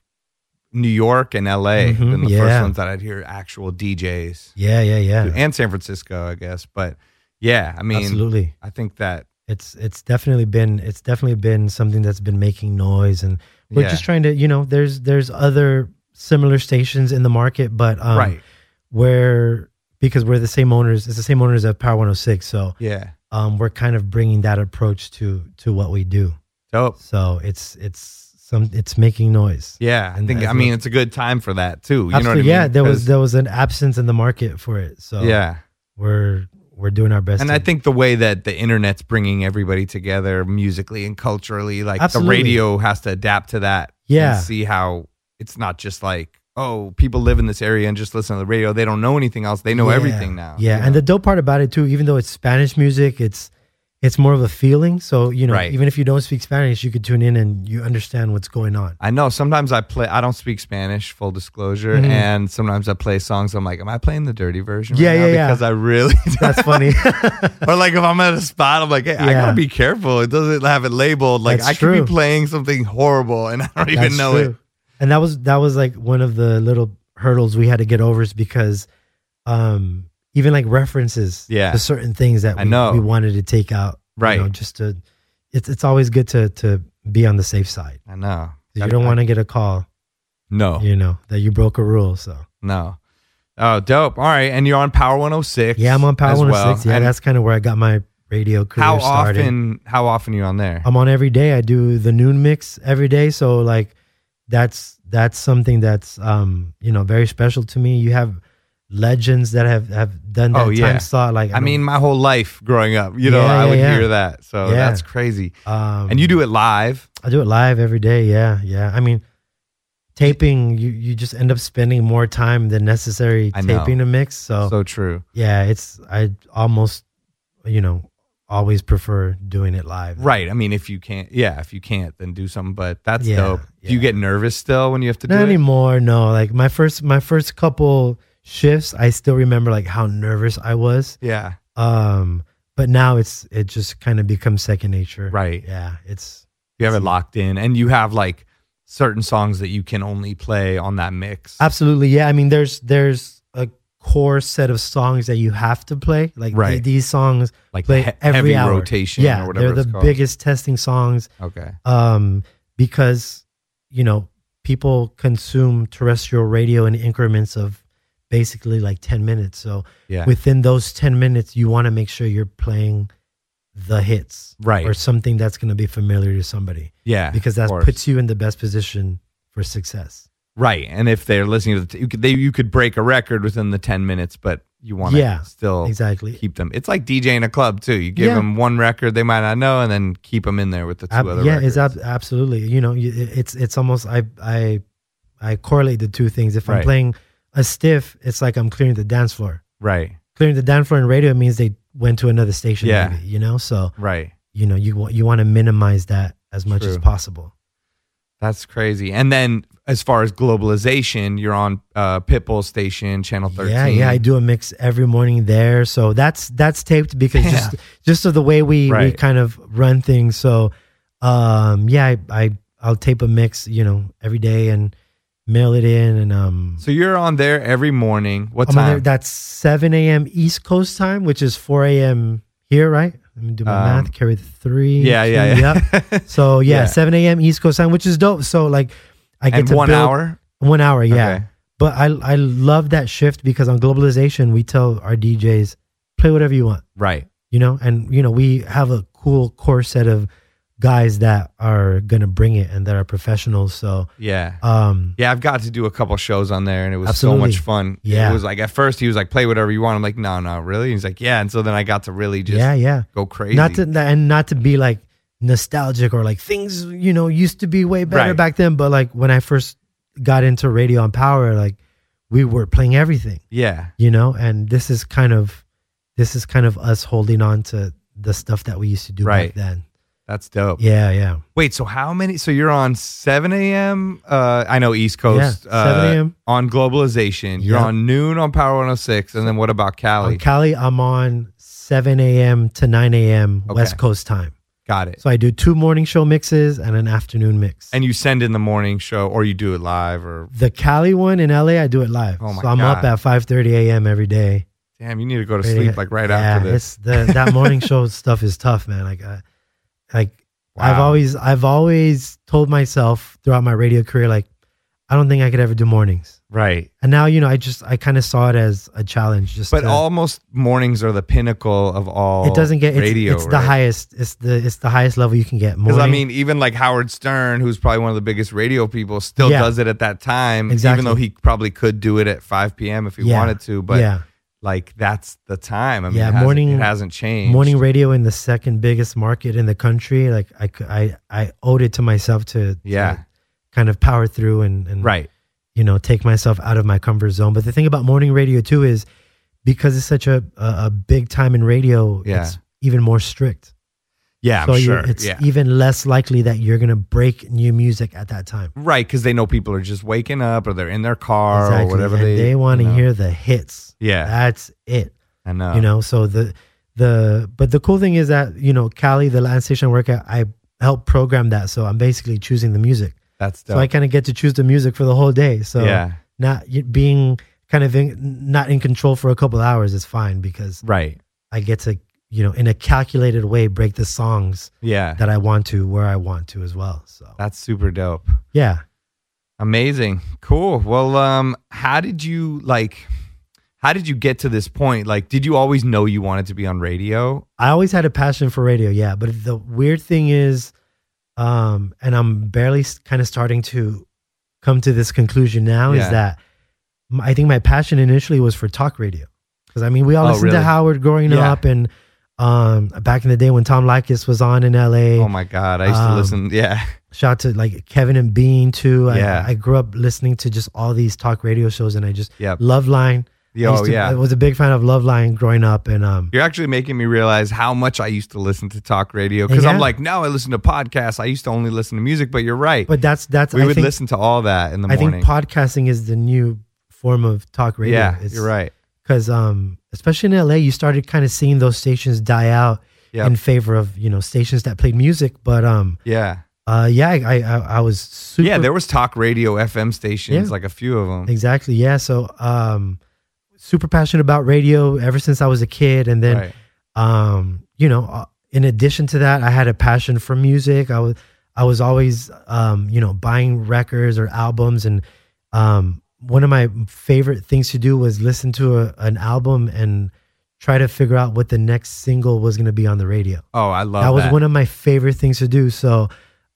B: New York and L.A.
A: Mhm,
B: been the first
A: yeah.
B: ones that I'd hear actual DJs.
A: yeah, yeah, yeah,
B: and San Francisco, I guess. But yeah, I mean,
A: absolutely.
B: I think that
A: It's it's definitely been it's definitely been something that's been making noise, and we're
B: Yeah.
A: just trying to you know there's there's other similar stations in the market, but um,
B: right.
A: where because we're the same owners, it's the same owners of Power 106. So
B: Yeah,
A: um, we're kind of bringing that approach to to what we do.
B: dope.
A: So it's it's some it's making noise.
B: Yeah, I
A: And
B: think.
A: that's
B: I mean,
A: what-
B: it's a good time for that too. You know what I
A: Absolutely,
B: mean?
A: yeah. There was
B: 'Cause-
A: there was an absence in the market for it. So
B: yeah,
A: we're we're doing our best.
B: and
A: to-
B: I think the way that the internet's bringing everybody together musically and culturally, like
A: Absolutely.
B: the radio has to adapt to that.
A: Yeah.
B: and see how it's not just like oh, people live in this area and just listen to the radio. They don't know anything else. They know
A: Yeah.
B: everything now.
A: Yeah, and the dope part about it too, even though it's Spanish music, it's it's more of a feeling. So you know,
B: Right.
A: even if you don't speak Spanish, you could tune in and you understand what's going on.
B: I know sometimes I play, I don't speak Spanish, full disclosure,
A: Mhm.
B: and sometimes I play songs. I'm like, am I playing the dirty version?
A: Yeah,
B: right now?
A: yeah, yeah.
B: Because I really,
A: That's funny.
B: or like if I'm at a spot, I'm like, hey, I
A: Yeah.
B: gotta be careful. It doesn't have it labeled. Like
A: That's
B: I could
A: true.
B: be playing something horrible and I don't even
A: That's
B: know it.
A: true. And that was that was like one of the little hurdles we had to get over is because um even like references
B: Yeah.
A: to certain things that we,
B: I know.
A: we wanted to take out.
B: Right.
A: You know, just to it's it's always good to to be on the safe side.
B: I know.
A: You don't want to get a call,
B: No,
A: you know, that you broke a rule. So
B: no. Oh, dope. All right, and you're on Power 106.
A: yeah, I'm on Power
B: as well.
A: 106. Yeah,
B: And
A: that's kind of where I got my radio career
B: how
A: started.
B: often? How often are you on there?
A: I'm on every day. I do the noon mix every day. So like that's that's something that's um, you know, very special to me. You have legends that have have done that
B: Oh, yeah.
A: time slot. Like
B: I
A: don't-
B: mean, my whole life growing up, you know,
A: oh Yeah,
B: I
A: yeah,
B: would
A: yeah.
B: hear that. So
A: Yeah.
B: that's crazy.
A: um,
B: And you do it live.
A: I do it live every day, yeah, yeah. I mean taping you you just end up spending more time than necessary
B: I know.
A: taping a mix. So,
B: So true.
A: yeah, it's I almost you know, always prefer doing it live.
B: Right. I mean, if you can't, yeah, if you can't, then do something. But that's
A: Yeah,
B: dope. Do you
A: yeah.
B: get nervous still when you have to
A: Not
B: do it?
A: anymore. No, like my first my first couple shifts, I still remember like how nervous I was.
B: Yeah.
A: Um, but now it's it just kind of becomes second nature.
B: Right.
A: Yeah. It's
B: You have it locked in, and you have like certain songs that you can only play on that mix.
A: absolutely yeah. I mean, there's there's a core set of songs that you have to play. Like
B: Right.
A: the- these songs
B: Like
A: play
B: he-
A: every
B: heavy
A: hour.
B: rotation or
A: Yeah,
B: whatever
A: they're
B: it's
A: the
B: called.
A: biggest testing songs.
B: Okay.
A: Um, because you know people consume terrestrial radio in increments of basically like ten minutes. So
B: Yeah.
A: within those ten minutes, you want to make sure you're playing the hits,
B: Right.
A: or something that's going to be familiar to somebody.
B: Yeah,
A: because
B: of
A: that
B: course.
A: puts you in the best position for success.
B: Right. And if they're listening to the, t- you could, they, you could break a record within the 10 minutes, but you want to
A: Yeah,
B: still
A: exactly.
B: keep them. It's like DJing a club too. You give
A: Yeah.
B: them one record they might not know and then keep them in there with the two
A: Ab-
B: other
A: yeah, it's
B: records.
A: ab- absolutely. You know, you- it- it's it's almost I I I correlate the two things. If I'm
B: Right.
A: playing a stiff, it's like I'm clearing the dance floor.
B: Right.
A: Clearing the dance floor in radio means they went to another station.
B: Yeah.
A: maybe, you know, so
B: Right.
A: You know, you want you want to minimize that as much as
B: True.
A: possible.
B: That's crazy. And then as far as globalization, you're on uh, Pitbull Station, Channel 13.
A: Yeah, yeah. I do a mix every morning there, so that's that's taped because just just of the way we we
B: Right.
A: kind of run things. So, um, yeah, I, I I'll tape a mix, you know, every day and mail it in, and um,
B: So you're on there every morning. What
A: I'm on there-
B: time?
A: that's 7 a.m. East Coast time, which is 4 a.m. here, right? Let me do my
B: Um,
A: math. Carry the three.
B: yeah, yeah,
A: two,
B: yeah.
A: yep. So yeah,
B: Yeah.
A: 7 a.m. East Coast time, which is dope. So like, I get
B: And
A: to
B: one
A: build-
B: hour?
A: One hour, yeah.
B: Okay.
A: But I I love that shift because on globalization we tell our DJs play whatever you want,
B: Right.
A: you know, and you know we have a cool core set of guys that are gonna bring it and that are professionals. So
B: Yeah.
A: um,
B: yeah, I've got to do a couple shows on there, and it was so
A: Absolutely.
B: much fun.
A: Yeah.
B: it was like at first he was like, "Play whatever you want." I'm like, "No, no, really." He's like, "Yeah," and so then I got to really just
A: yeah, yeah.
B: go crazy.
A: Not to and not to be like nostalgic or like things you know used to be way better
B: Right.
A: back then. But like when I first got into radio and power, like we were playing everything,
B: yeah,
A: you know. And this is kind of this is kind of us holding on to the stuff that we used to do
B: Right.
A: back then.
B: that's dope.
A: Yeah, yeah.
B: Wait, so how many? So you're on 7 a.m. Uh, I know East Coast.
A: Yeah,
B: uh,
A: 7 a.m..
B: on globalization. You're
A: Yeah.
B: on noon on Power 106, and then what about Cali?
A: On Cali, I'm on seven a.m. to nine a.m. West
B: Okay.
A: Coast time.
B: got it.
A: So I do two morning show mixes and an afternoon mix.
B: and you send in the morning show, or you do it live, or
A: The Cali one in LA, I do it live.
B: Oh my
A: so I'm up
B: God.
A: at 5:30 a.m. every day.
B: damn, you need to go to
A: Ready
B: sleep
A: to-
B: like right
A: yeah,
B: after
A: It's
B: this.
A: the, that morning show stuff is tough, man. Like, I, like I've
B: Wow.
A: always, I've always told myself throughout my radio career, like, I don't think I could ever do mornings.
B: Right.
A: And now, you know, I just, I kind of saw it as a challenge. Just,
B: But
A: to-
B: almost mornings are the pinnacle of all.
A: it doesn't get it's,
B: radio.
A: It's the
B: right?
A: highest. It's the, it's the highest level you can get.
B: Because
A: Morning,
B: I mean, even like Howard Stern, who's probably one of the biggest radio people, still
A: Yeah.
B: does it at that time. Even
A: Exactly.
B: though he probably could do it at 5 p.m. if he
A: Yeah.
B: wanted to, but
A: Yeah.
B: like that's the time. I mean,
A: Yeah,
B: it hasn't,
A: morning-
B: it hasn't changed.
A: morning radio in the second biggest market in the country. Like I, cou- I, I owed it to myself to, to
B: Yeah.
A: kind of power through and, and
B: Right.
A: you know, take myself out of my comfort zone. But the thing about morning radio too is because it's such a a, a big time in radio,
B: Yeah.
A: it's even more strict.
B: Yeah, I'm
A: so you-
B: sure.
A: it's e
B: yeah.
A: even less likely that you're gonna break new music at that time.
B: right. Because they know people are just waking up or they're in their car or whatever
A: and
B: they,
A: want to
B: you know.
A: hear the hits.
B: Yeah. Uh.
A: that's it.
B: I know.
A: you know, so the the but the cool thing is that you know Cali, the Latin station I work at, I help program that, so I'm basically choosing the music.
B: That's dope.
A: So I uh, kind of get to choose the music for the whole day. So
B: Yeah.
A: not y- being kind of in, not in control for a couple hours is fine because
B: right.
A: I get to you know in a calculated way break the songs
B: Yeah.
A: that I want to where I want to as well. So
B: That's super dope.
A: yeah,
B: Amazing. Cool. Well, um, how did you like how did you get to this point? Like, did you always know you wanted to be on radio?
A: I always had a passion for radio. Yeah, but the weird thing is, um, and I'm barely kind of starting to come to this conclusion now
B: Yeah.
A: is that m- I think my passion initially was for talk radio because I mean we all
B: Oh,
A: listened
B: really?
A: to Howard growing
B: Yeah.
A: up and um, back in the day when Tom Likas was on in L.A.
B: Oh my god, I used to
A: Um,
B: listen. Yeah.
A: shout out to like Kevin and Bean too. I,
B: Yeah.
A: I grew up listening to just all these talk radio shows, and I just
B: Yep.
A: Love Line. I
B: Yo,
A: used to-
B: yeah.
A: I was a big fan of Love Line growing up, and um,
B: You're actually making me realize how much I used to listen to talk radio because I'm
A: Yeah.
B: like, now I listen to podcasts. I used to only listen to music, but you're right.
A: but that's that's
B: we
A: I
B: would
A: think,
B: listen to all that in the
A: I
B: morning.
A: think podcasting is the new form of talk radio.
B: yeah, you're right.
A: Because um, especially in LA, you started kind of seeing those stations die out
B: Yep.
A: in favor of you know stations that played music. But um,
B: Yeah.
A: uh, yeah, I I, I I was super.
B: Yeah, there was talk radio FM stations,
A: Yeah.
B: like a few of them.
A: exactly yeah. So um, super passionate about radio ever since I was a kid, and then,
B: Right.
A: um, you know, uh, in addition to that, I had a passion for music. I was I was always, um, you know, buying records or albums, and um, one of my favorite things to do was listen to a, an album and try to figure out what the next single was going to be on the radio
B: Oh, I love
A: that
B: that.
A: was one of my favorite things to do. So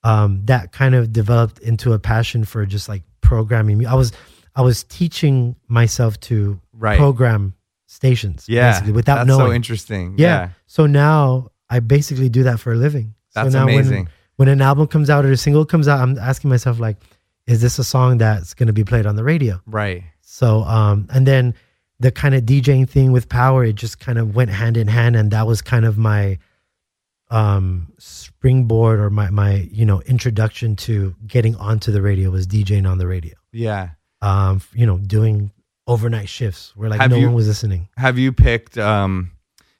A: um, that kind of developed into a passion for just like programming. I was I was teaching myself to
B: Right.
A: program stations,
B: Yeah,
A: basically, without
B: that's so
A: knowing.
B: interesting. Yeah.
A: So now I basically do that for a living.
B: That's
A: so now
B: amazing.
A: When, when an album comes out or a single comes out, I'm asking myself like, is this a song that's going to be played on the radio?
B: right.
A: So, um, and then the kind of DJing thing with power, it just kind of went hand in hand, and that was kind of my um springboard or my my you know introduction to getting onto the radio was DJing on the radio.
B: Yeah.
A: Um, f- you know, doing overnight shifts where like
B: Have
A: no
B: you-
A: one was listening.
B: Have you picked? um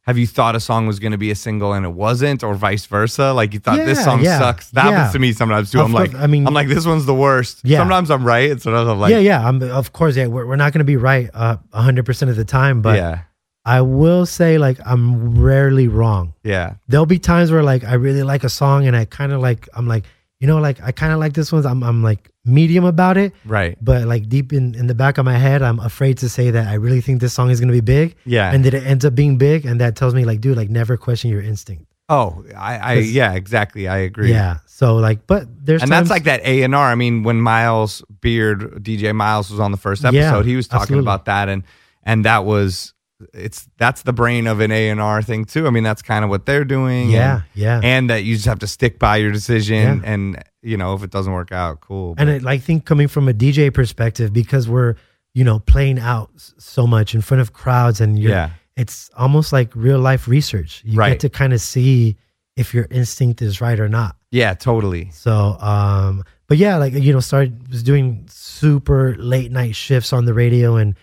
B: Have you thought a song was going to be a single and it wasn't, or vice versa? Like you thought this
A: Yeah,
B: song
A: yeah,
B: sucks. That
A: yeah.
B: happens to me sometimes too.
A: Of
B: I'm
A: course,
B: like,
A: I
B: I
A: mean-
B: mean, I'm like, this one's the worst.
A: Yeah.
B: Sometimes I'm right, and sometimes I'm like,
A: yeah, yeah. I'm of course, yeah. We're, we're not going to be right uh, 100% of the time, but
B: yeah,
A: I will say like I'm rarely wrong.
B: yeah.
A: there'll be times where like I really like a song and I kind of like I'm like you know like I kind of like this one. I'm I'm like medium about it,
B: Right.
A: but like deep in in the back of my head, I'm afraid to say that I really think this song is gonna be big.
B: Yeah.
A: and that it ends up being big, and that tells me like, dude, like never question your instinct.
B: Oh, I, I
A: 'Cause-
B: yeah, exactly. I agree.
A: Yeah. So like, but there's
B: and
A: times,
B: that's like that A and R. I mean, when Miles Beard, DJ Miles, was on the first episode,
A: Yeah,
B: he was talking
A: absolutely.
B: about that, and and that was it's that's the brain of an A and R thing too. I mean, that's kind of what they're doing.
A: Yeah,
B: and,
A: yeah.
B: and that you just have to stick by your decision,
A: Yeah.
B: and you know if it doesn't work out, cool.
A: and it, like think coming from a DJ perspective because we're you know playing out s- so much in front of crowds and you're,
B: Yeah.
A: it's almost like real life research. You
B: Right.
A: get to kind of see if your instinct is right or not.
B: yeah, totally.
A: So, um, but yeah, like you know, started was doing super late night shifts on the radio, and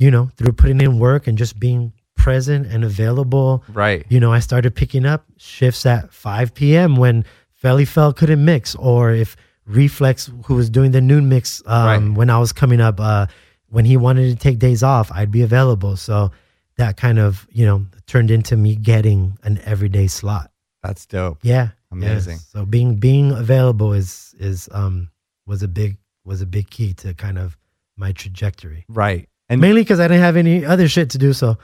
A: you know, through putting in work and just being present and available,
B: Right.
A: You know, I started picking up shifts at 5 p.m. when Felly Fell couldn't mix, or if Reflex, who was doing the noon mix um,
B: Right.
A: when I was coming up, uh, when he wanted to take days off, I'd be available. So that kind of you know turned into me getting an everyday slot.
B: That's dope.
A: Yeah.
B: Amazing.
A: yes. So being being available is is um was a big was a big key to kind of my trajectory.
B: Right. And
A: Mainly because I didn't have any other shit to do. So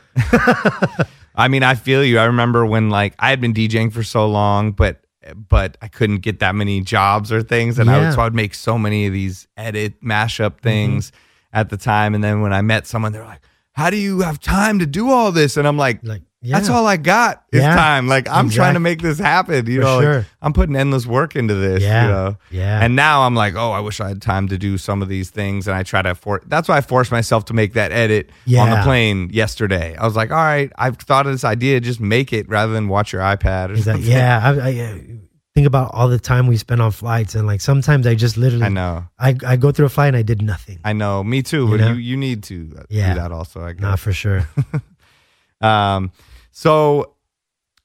B: I mean, I feel you. I remember when like I had been DJing for so long, but but I couldn't get that many jobs or things, and I
A: Yeah. Mm-hmm.
B: would, so I'd make so many of these edit mashup things at the time. And then when I met someone, they're like, "How do you have time to do all this?" And I'm like,
A: like yeah.
B: "That's all I got is
A: Yeah.
B: time. Like I'm trying to
A: Exact-
B: make this happen. You
A: For
B: know, like,
A: sure.
B: I'm putting endless work into this.
A: Yeah.
B: You know,
A: Yeah.
B: And now I'm like, oh, I wish I had time to do some of these things, and I try to for. That's why I forced myself to make that edit on the
A: Yeah.
B: plane yesterday. I was like, all right, I've thought of this idea, just make it rather than watch your iPad. Or
A: Is that
B: something.
A: yeah? I, I uh, think about all the time we spend on flights, and like sometimes I just literally
B: I know,
A: I, I go through a flight and I did nothing.
B: I know. Me too. but
A: know?
B: you you need to uh,
A: Yeah.
B: do that also. I guess.
A: Nah, for sure.
B: Um, so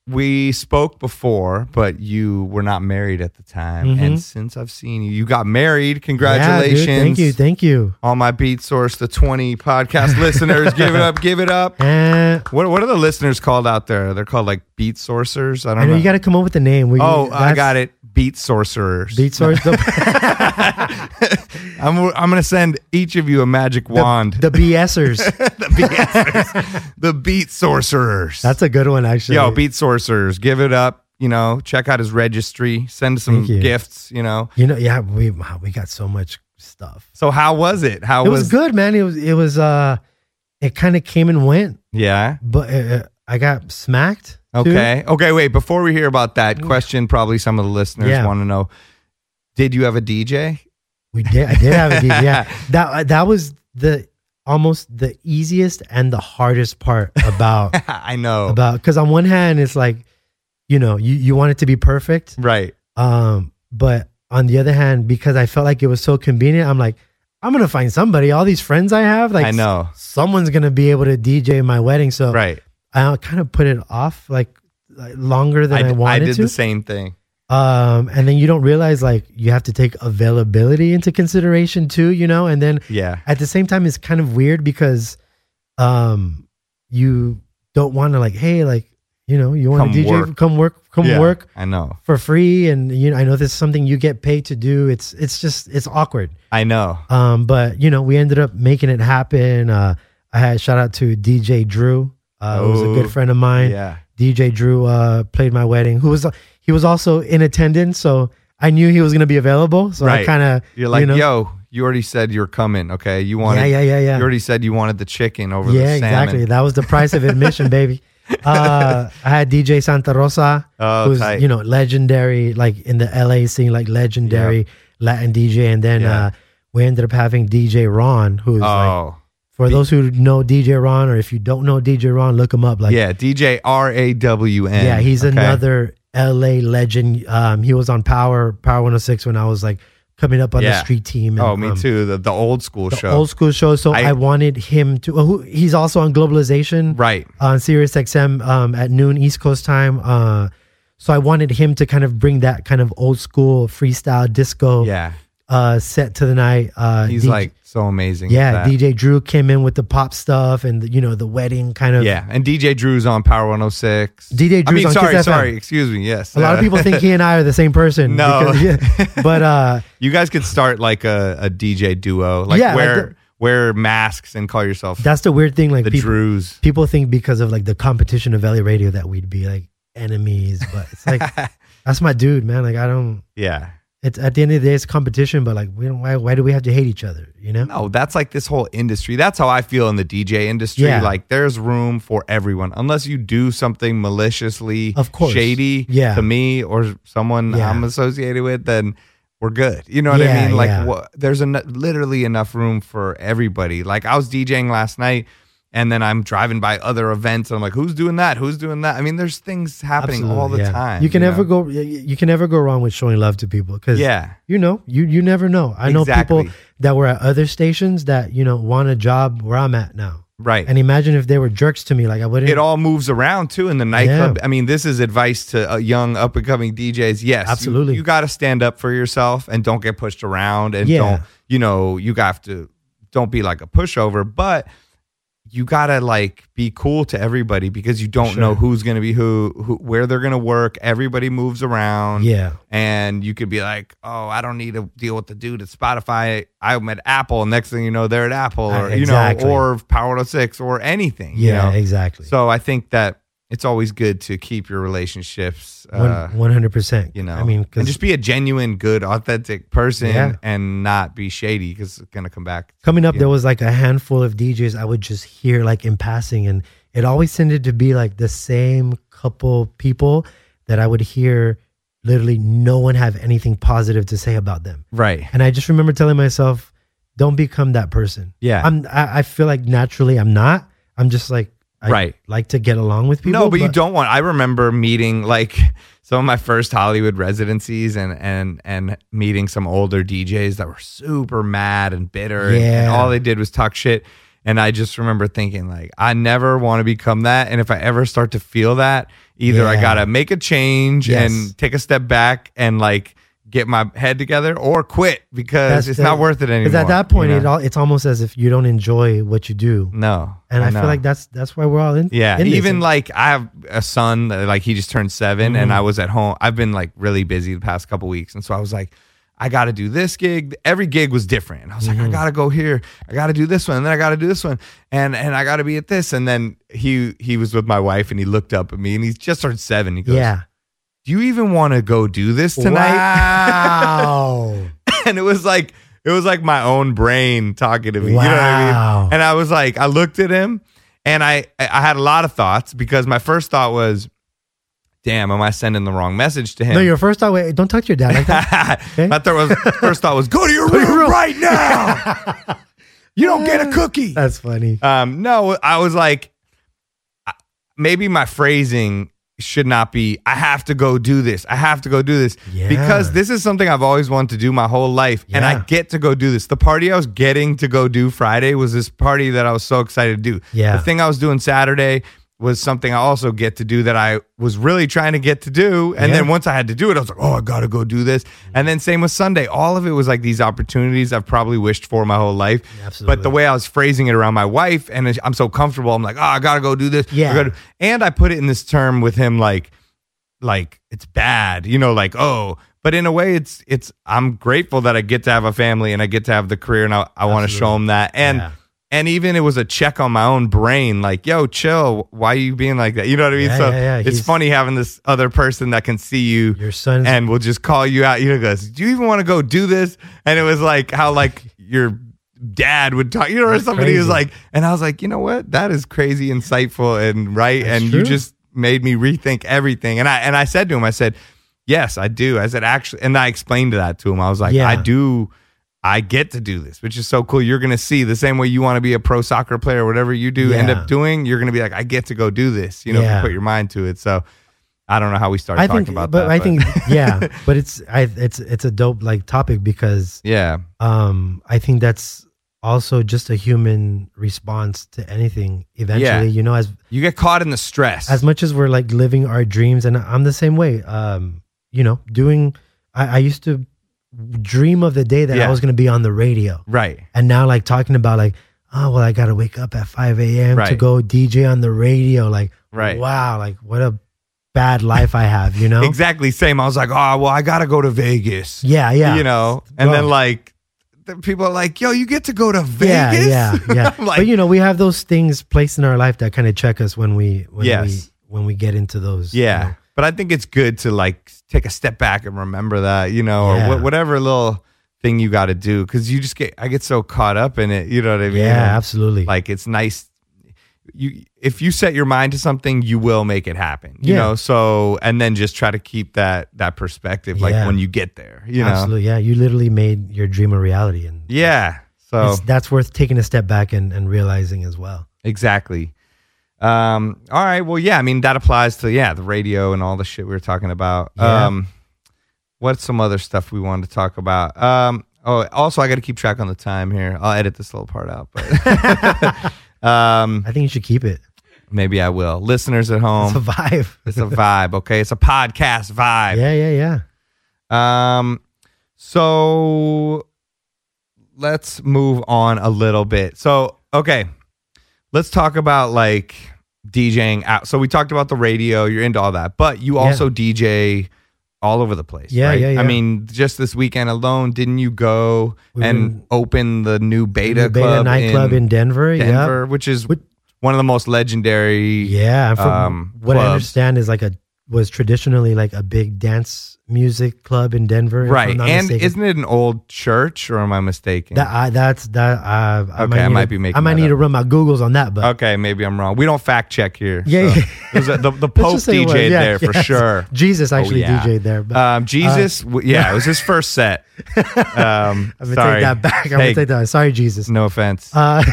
B: we spoke before, but you were not married at the time. And since I've seen you, you got married.
A: Mm-hmm. Yeah, dude,
B: Congratulations.
A: thank you, thank you.
B: All my Beat Source, the 20 podcast listeners, give it up, give it up.
A: Eh,
B: What, what are the listeners called out there? They're called like Beat Sourcers. I don't
A: I know
B: know.
A: you got to come up with a name. We,
B: oh, I
A: that's-
B: got it. Beat Sorcerers.
A: Beat source. The,
B: I'm, I'm going to send each of you a magic wand.
A: the BSers.
B: The Beat Sorcerers.
A: That's a good one, actually.
B: Yo, Beat Sorcerers, give it up. You know, check out his registry, send some
A: Thank you.
B: gifts, you know.
A: You know, yeah, we wow, we got so much stuff.
B: So how was it? How
A: It was, good, man. It was it was uh, it kind of came and went,
B: Yeah.
A: but uh, I got smacked. too.
B: Okay. Okay, wait, before we hear about that question, probably some of the listeners
A: Yeah.
B: want to know did you have a DJ?
A: we did. I did have a DJ. Yeah, that uh, that was the almost the easiest and the hardest part about
B: I know.
A: about because on one hand it's like, you know, you you want it to be perfect,
B: right.
A: Um, but on the other hand, because I felt like it was so convenient, I'm like, I'm gonna find somebody. All these friends I have, like,
B: I know.
A: someone's gonna be able to DJ my wedding. So
B: Right.
A: I kind of put it off like like, longer than I,
B: I, I
A: wanted
B: did
A: to.
B: the same thing.
A: Um, and then you don't realize like you have to take availability into consideration too, you know. And then
B: Yeah.
A: at the same time, it's kind of weird because um, you don't want to like, hey, like, you know, you want
B: Come
A: to DJ,
B: work.
A: come work, come
B: Yeah,
A: work
B: I know.
A: for free, and you know, I know this is something you get paid to do. It's it's just it's awkward.
B: I know.
A: Um, but you know, we ended up making it happen. Uh, I had shout out to DJ Drew, uh, who's a
B: Oh,
A: good friend of mine.
B: yeah.
A: DJ Drew uh, played my wedding. Who was he was also in attendance, so I knew he was going to be available. So I kind of
B: you're like,
A: you know,
B: yo, you already said you're coming. Okay, you wanted,
A: Yeah, yeah, yeah, yeah.
B: You already said you wanted the chicken over
A: yeah,
B: the salmon.
A: exactly. That was the price of admission, baby. Uh, I had DJ Santa Rosa,
B: Oh,
A: who's
B: tight.
A: you know legendary, like in the LA scene, like legendary Latin DJ, and then uh, we ended up having DJ Ron, who's like
B: oh,
A: for those who know DJ Ron, or if you don't know DJ Ron, look him up. Like,
B: yeah, DJ R A W N.
A: yeah, he's
B: okay?
A: another LA legend. Um, he was on Power Power 106 when I was like coming up on
B: Yeah.
A: the street team. and,
B: oh, me
A: um,
B: too. The the old school
A: the
B: show.
A: old school show. So I, wanted him to. oh, who, he's also on Globalization,
B: Right.
A: On Sirius XM um, at noon East Coast time. Uh, so I wanted him to kind of bring that kind of old school freestyle disco,
B: Yeah.
A: uh, set to the night. Uh,
B: he's
A: DJ
B: like so amazing. at
A: yeah,
B: that.
A: DJ Drew came in with the pop stuff and the, you know the wedding kind of.
B: Yeah, and DJ Drew's on Power 106.
A: DJ
B: I
A: Drew's
B: mean,
A: on
B: sorry,
A: Kiss FM.
B: sorry, excuse me. Yes, uh,
A: A lot of
B: Yeah.
A: people think he and I are the same person.
B: No.
A: yeah, but uh,
B: you guys could start like a, a DJ duo, like
A: Yeah, like
B: wear
A: the-
B: wear masks and call yourself
A: that's the weird thing. Like
B: the
A: people,
B: Drews.
A: people think because of like the competition of LA radio that we'd be like enemies, but it's like that's my dude, man. Like I don't.
B: Yeah.
A: It's at the end of the day, it's competition, but like we don't. Why? Why do we have to hate each other? You know.
B: No, Oh, that's like this whole industry. That's how I feel in the DJ industry.
A: Yeah.
B: Like there's room for everyone, unless you do something maliciously,
A: Of course.
B: shady
A: Yeah.
B: to me or someone
A: Yeah.
B: I'm associated with. Then we're good. You know what I
A: Yeah,
B: mean? Like
A: yeah.
B: wha- there's en- literally enough room for everybody. Like I was DJing last night. And then I'm driving by other events, and I'm like, "Who's doing that? Who's doing that?" I mean, there's things happening all the
A: Absolutely, yeah.
B: time.
A: You can
B: know?
A: never go. y- y- You can never go wrong with showing love to people because
B: Yeah.
A: you know you you never know. I know
B: Exactly.
A: people that were at other stations that you know want a job where I'm at now.
B: right.
A: And imagine if they were jerks to me, like I wouldn't.
B: it all moves around too in the nightclub. I mean, this is advice to uh, young up and coming DJs. Yes, you-
A: Absolutely.
B: You, got to stand up for yourself and don't get pushed around and
A: Yeah.
B: don't, you know, you have to don't be like a pushover, but you got to like be cool to everybody because you don't know
A: Sure.
B: who's going to be who, who where they're going to work. Everybody moves around
A: yeah,
B: and you could be like, "Oh, I don't need to deal with the dude at Spotify. I'm at Apple." and Next thing you know, they're at Apple,
A: Uh,
B: or
A: exactly.
B: you know, or Power Six, or anything. you
A: yeah,
B: know?
A: exactly.
B: So I think that it's always good to keep your relationships, uh,
A: One hundred percent.
B: you know,
A: I mean,
B: and
A: because
B: just be a genuine, good, authentic person,
A: Yeah.
B: and not be shady because it's gonna come back.
A: coming up,
B: Yeah.
A: there was like a handful of DJs I would just hear like in passing, and it always tended to be like the same couple people that I would hear. Literally, no one have anything positive to say about them.
B: Right.
A: And I just remember telling myself, don't become that person.
B: Yeah.
A: I'm, I, I feel like naturally I'm not. I'm just like, I
B: Right.
A: like to get along with people.
B: no, but, you don't want. I remember meeting like some of my first Hollywood residencies, and and and meeting some older DJs that were super mad and bitter, and, and
A: Yeah.
B: all they did was talk shit. And I just remember thinking, like, I never want to become that. And if I ever start to feel that, either I
A: Yeah.
B: gotta make a change
A: Yes.
B: and take a step back and like get my head together, or quit because
A: That's
B: it's
A: the-
B: not worth it anymore.
A: Because at that point,
B: you know?
A: it all, it's almost as if you don't enjoy what you do.
B: no,
A: And I, feel
B: know.
A: like that's that's why we're all in.
B: Yeah,
A: in this.
B: even like I have a son that like he just turned 7
A: Mm-hmm.
B: and I was at home. I've been like really busy the past couple weeks, and so I was like, I got to do this gig. Every gig was different. And I was like,
A: Mm-hmm.
B: I got to go here. I got to do this one, and then I got to do this one, and and I got to be at this. And then he he was with my wife, and he looked up at me, and he's just turned seven. He goes,
A: yeah.
B: Do you even want to go do this tonight?
A: Wow.
B: and it was like it was like my own brain talking to me. You know what I
A: Wow.
B: mean? And I was like, I looked at him and I I had a lot of thoughts because my first thought was, damn, am I sending the wrong message to him?
A: no, your first thought. Wait, don't talk to your dad like that.
B: My thought was first thought was, go to your room, right now. you don't get a cookie.
A: That's funny.
B: Um, no, I was like, I- maybe my phrasing should not be, I have to go do this. I have to go do this.
A: Yeah.
B: Because this is something I've always wanted to do my whole life. And I
A: Yeah.
B: get to go do this. The party I was getting to go do Friday was this party that I was so excited to do.
A: Yeah.
B: The thing I was doing Saturday was something I also get to do that I was really trying to get to do. And then once I had to do it, I was like, oh, I got to go do this. And then same with Sunday. All of it was like these opportunities I've probably wished for my whole life. But the way I was phrasing it around my wife, and I'm so comfortable, I'm like, oh, I got to go do this. I
A: Yeah.
B: gotta-" And I put it in this term with him, like, like it's bad, you know, like, oh, but in a way it's, it's, I'm grateful that I get to have a family and I get to have the career and I, I want to show him that. And, and even it was a check on my own brain, like, yo, chill. Why are you being like that? You know what I mean?
A: Yeah,
B: so
A: yeah, yeah.
B: it's
A: He's-
B: funny having this other person that can see you
A: Your son's-
B: and will just call you out. You know, goes, do you even want to go do this? And it was like how like your dad would talk, you know, or
A: That's
B: somebody was
A: crazy.
B: like, and I was like, you know what? That is crazy, insightful, and right. and you
A: true.
B: just made me rethink everything. And I and I said to him, I said, yes, I do. I said actually, and I explained that to him. I was like,
A: Yeah.
B: I do. I get to do this, which is so cool. You're going to see the same way you want to be a pro soccer player, whatever you do end
A: Yeah.
B: up doing, you're going to be like, I get to go do this, you know, if
A: Yeah.
B: you put your mind to it. So I don't know how we started
A: I
B: talking
A: think,
B: about
A: but
B: that.
A: I think, yeah, but it's, I, it's, it's a dope like topic because
B: yeah.
A: um i think that's also just a human response to anything eventually
B: Yeah.
A: you know as
B: You get caught in the stress.
A: as much as we're like living our dreams and i'm the same way um you know doing i, I used to dream of the day that
B: Yeah.
A: i was going to be on the radio
B: right.
A: and now like talking about like oh well i gotta wake up at 5 a.m to
B: Right.
A: go dj on the radio like
B: Right.
A: wow like what a bad life i have you know
B: Exactly same. I was like, oh, well, I got to go to Vegas.
A: yeah yeah
B: You know, and
A: Bro.
B: then like the people are like, yo, you get to go to
A: yeah,
B: Vegas?
A: Yeah, yeah.
B: I'm like,
A: but you know, we have those things placed in our life that kind of check us when we when
B: Yes.
A: we when we get into those. you
B: Yeah.
A: know.
B: But I think it's good to like take a step back and remember that, you know, or
A: Yeah.
B: wh- whatever little thing you got to do. Cause you just get, I get so caught up in it. You know what I mean?
A: Yeah,
B: And,
A: absolutely.
B: Like it's nice. You, if you set your mind to something, you will make it happen, you
A: Yeah.
B: know? So, and then just try to keep that, that perspective, like
A: Yeah.
B: when you get there, you know?
A: Absolutely. Yeah. You literally made your dream a reality and
B: Yeah. So
A: it's, that's worth taking a step back and, and realizing as well.
B: Exactly. Um, all right. Well, yeah, I mean that applies to yeah, the radio and all the shit we were talking about.
A: Yeah.
B: Um what's some other stuff we wanted to talk about? Um oh also I gotta keep track on the time here. I'll edit this little part out, but um
A: I think you should keep it.
B: maybe I will. Listeners at
A: It's a
B: home.
A: vibe.
B: It's a vibe, okay? It's a podcast vibe.
A: yeah, yeah, yeah.
B: Um, so let's move on a little bit. So, okay, let's talk about like DJing out. So we talked about the radio, you're into all that, but you
A: Yeah.
B: also DJ all over the place.
A: Yeah,
B: right?
A: yeah, yeah.
B: I mean, just this weekend alone, didn't you go
A: We
B: and
A: went-
B: open the new Beta,
A: The Beta
B: Club
A: nightclub in, Denver. yeah.
B: Denver, which is
A: Which-
B: one of the most legendary.
A: Yeah, and from
B: um,
A: what
B: clubs.
A: I understand is like a was traditionally like a big dance music club in Denver. if I'm
B: Right.
A: not
B: And
A: mistaken.
B: isn't it an old church or am I mistaken?
A: That I that's that uh, I, I
B: Okay,
A: might,
B: I
A: need
B: might
A: to-
B: be making
A: I might
B: that
A: need to
B: up.
A: run my Googles on that, but
B: Okay, maybe I'm wrong. We don't fact check here.
A: Yeah,
B: so.
A: yeah.
B: It was a- the, the
A: let's
B: Pope
A: just say it was.
B: DJ'd
A: Yeah,
B: there for
A: yes.
B: sure.
A: Jesus
B: Oh,
A: actually
B: yeah.
A: DJed there, but uh,
B: Um, Jesus, w- yeah, it was his first set. Um,
A: I'm gonna
B: sorry.
A: take that back. I'm gonna
B: Hey,
A: take that. Sorry, Jesus.
B: No offense.
A: Uh,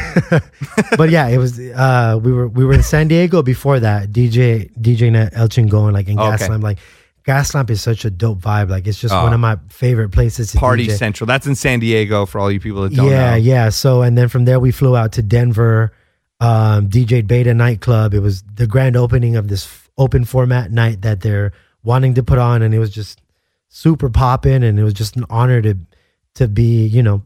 A: but yeah, it was. Uh, we were we were in San Diego before that. DJ DJing at El Chingon, like in
B: Okay.
A: Gaslamp. Like Gaslamp is such a dope vibe. Like it's just
B: Oh.
A: one of my favorite places. To
B: Party
A: DJ.
B: Central. That's in San Diego for all you people that don't
A: yeah,
B: know.
A: yeah. So and then from there we flew out to Denver, um, DJed Beta nightclub. It was the grand opening of this f- open format night that they're wanting to put on, and it was just super poppin', and it was just an honor to to be you know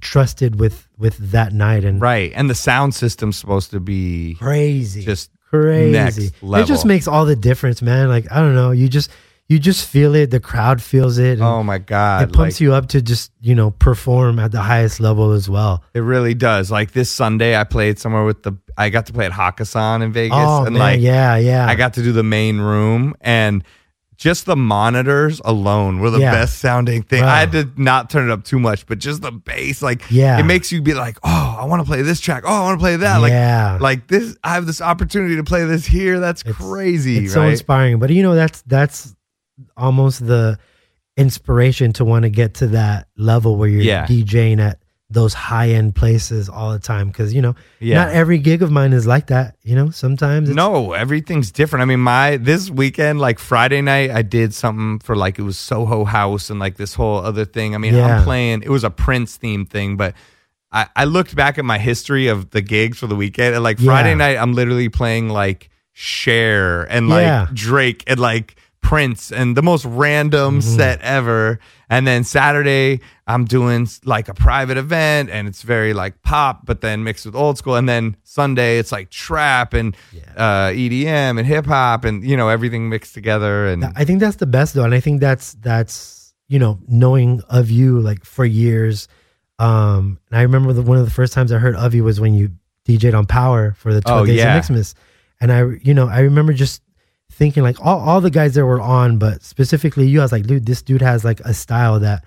A: trusted with with that night and
B: Right. And the sound system's supposed to be
A: crazy,
B: just
A: crazy.
B: next
A: It just
B: level.
A: makes all the difference, man. Like I don't know, you just you just feel it. The crowd feels it. and
B: Oh my god.
A: it pumps
B: like,
A: you up to just you know perform at the highest level as well.
B: It really does. Like this Sunday I played somewhere with the I got to play at Hakkasan in Vegas
A: Oh
B: and
A: man,
B: like
A: yeah, yeah.
B: I got to do the main room and just the monitors alone were the
A: Yeah.
B: best sounding thing.
A: Wow.
B: I had to not turn it up too much, but just the bass, like
A: Yeah.
B: it makes you be like, oh, I want to play this track. Oh, I want to play that. Like,
A: Yeah.
B: like this. I have this opportunity to play this here. That's crazy,
A: It's so
B: right?
A: inspiring. But you know, that's that's almost the inspiration to want to get to that level where you're
B: Yeah.
A: DJing at those high end places all the time. Cause you know,
B: Yeah.
A: not every gig of mine is like that. You know, sometimes it's
B: no, everything's different. I mean, my this weekend, like Friday night, I did something for like it was Soho House and like this whole other thing. I mean,
A: Yeah.
B: I'm playing. It was a Prince theme thing, but I, I looked back at my history of the gigs for the weekend, and like Friday
A: Yeah.
B: night, I'm literally playing like Cher and like
A: Yeah.
B: Drake and like Prince and the most random
A: Mm-hmm.
B: set ever. And then Saturday, I'm doing like a private event and it's very like pop, but then mixed with old school. And then Sunday, it's like trap and uh, EDM and hip hop and, you know, everything mixed together. And
A: I think that's the best though, and I think that's that's you know knowing of you like for years. Um, and I remember the, one of the first times I heard of you was when you DJ'd on Power for the twelve
B: Oh,
A: days
B: yeah.
A: of Mixmas, and I you know I remember just thinking like all all the guys that were on, but specifically you, I was like, dude, this dude has like a style that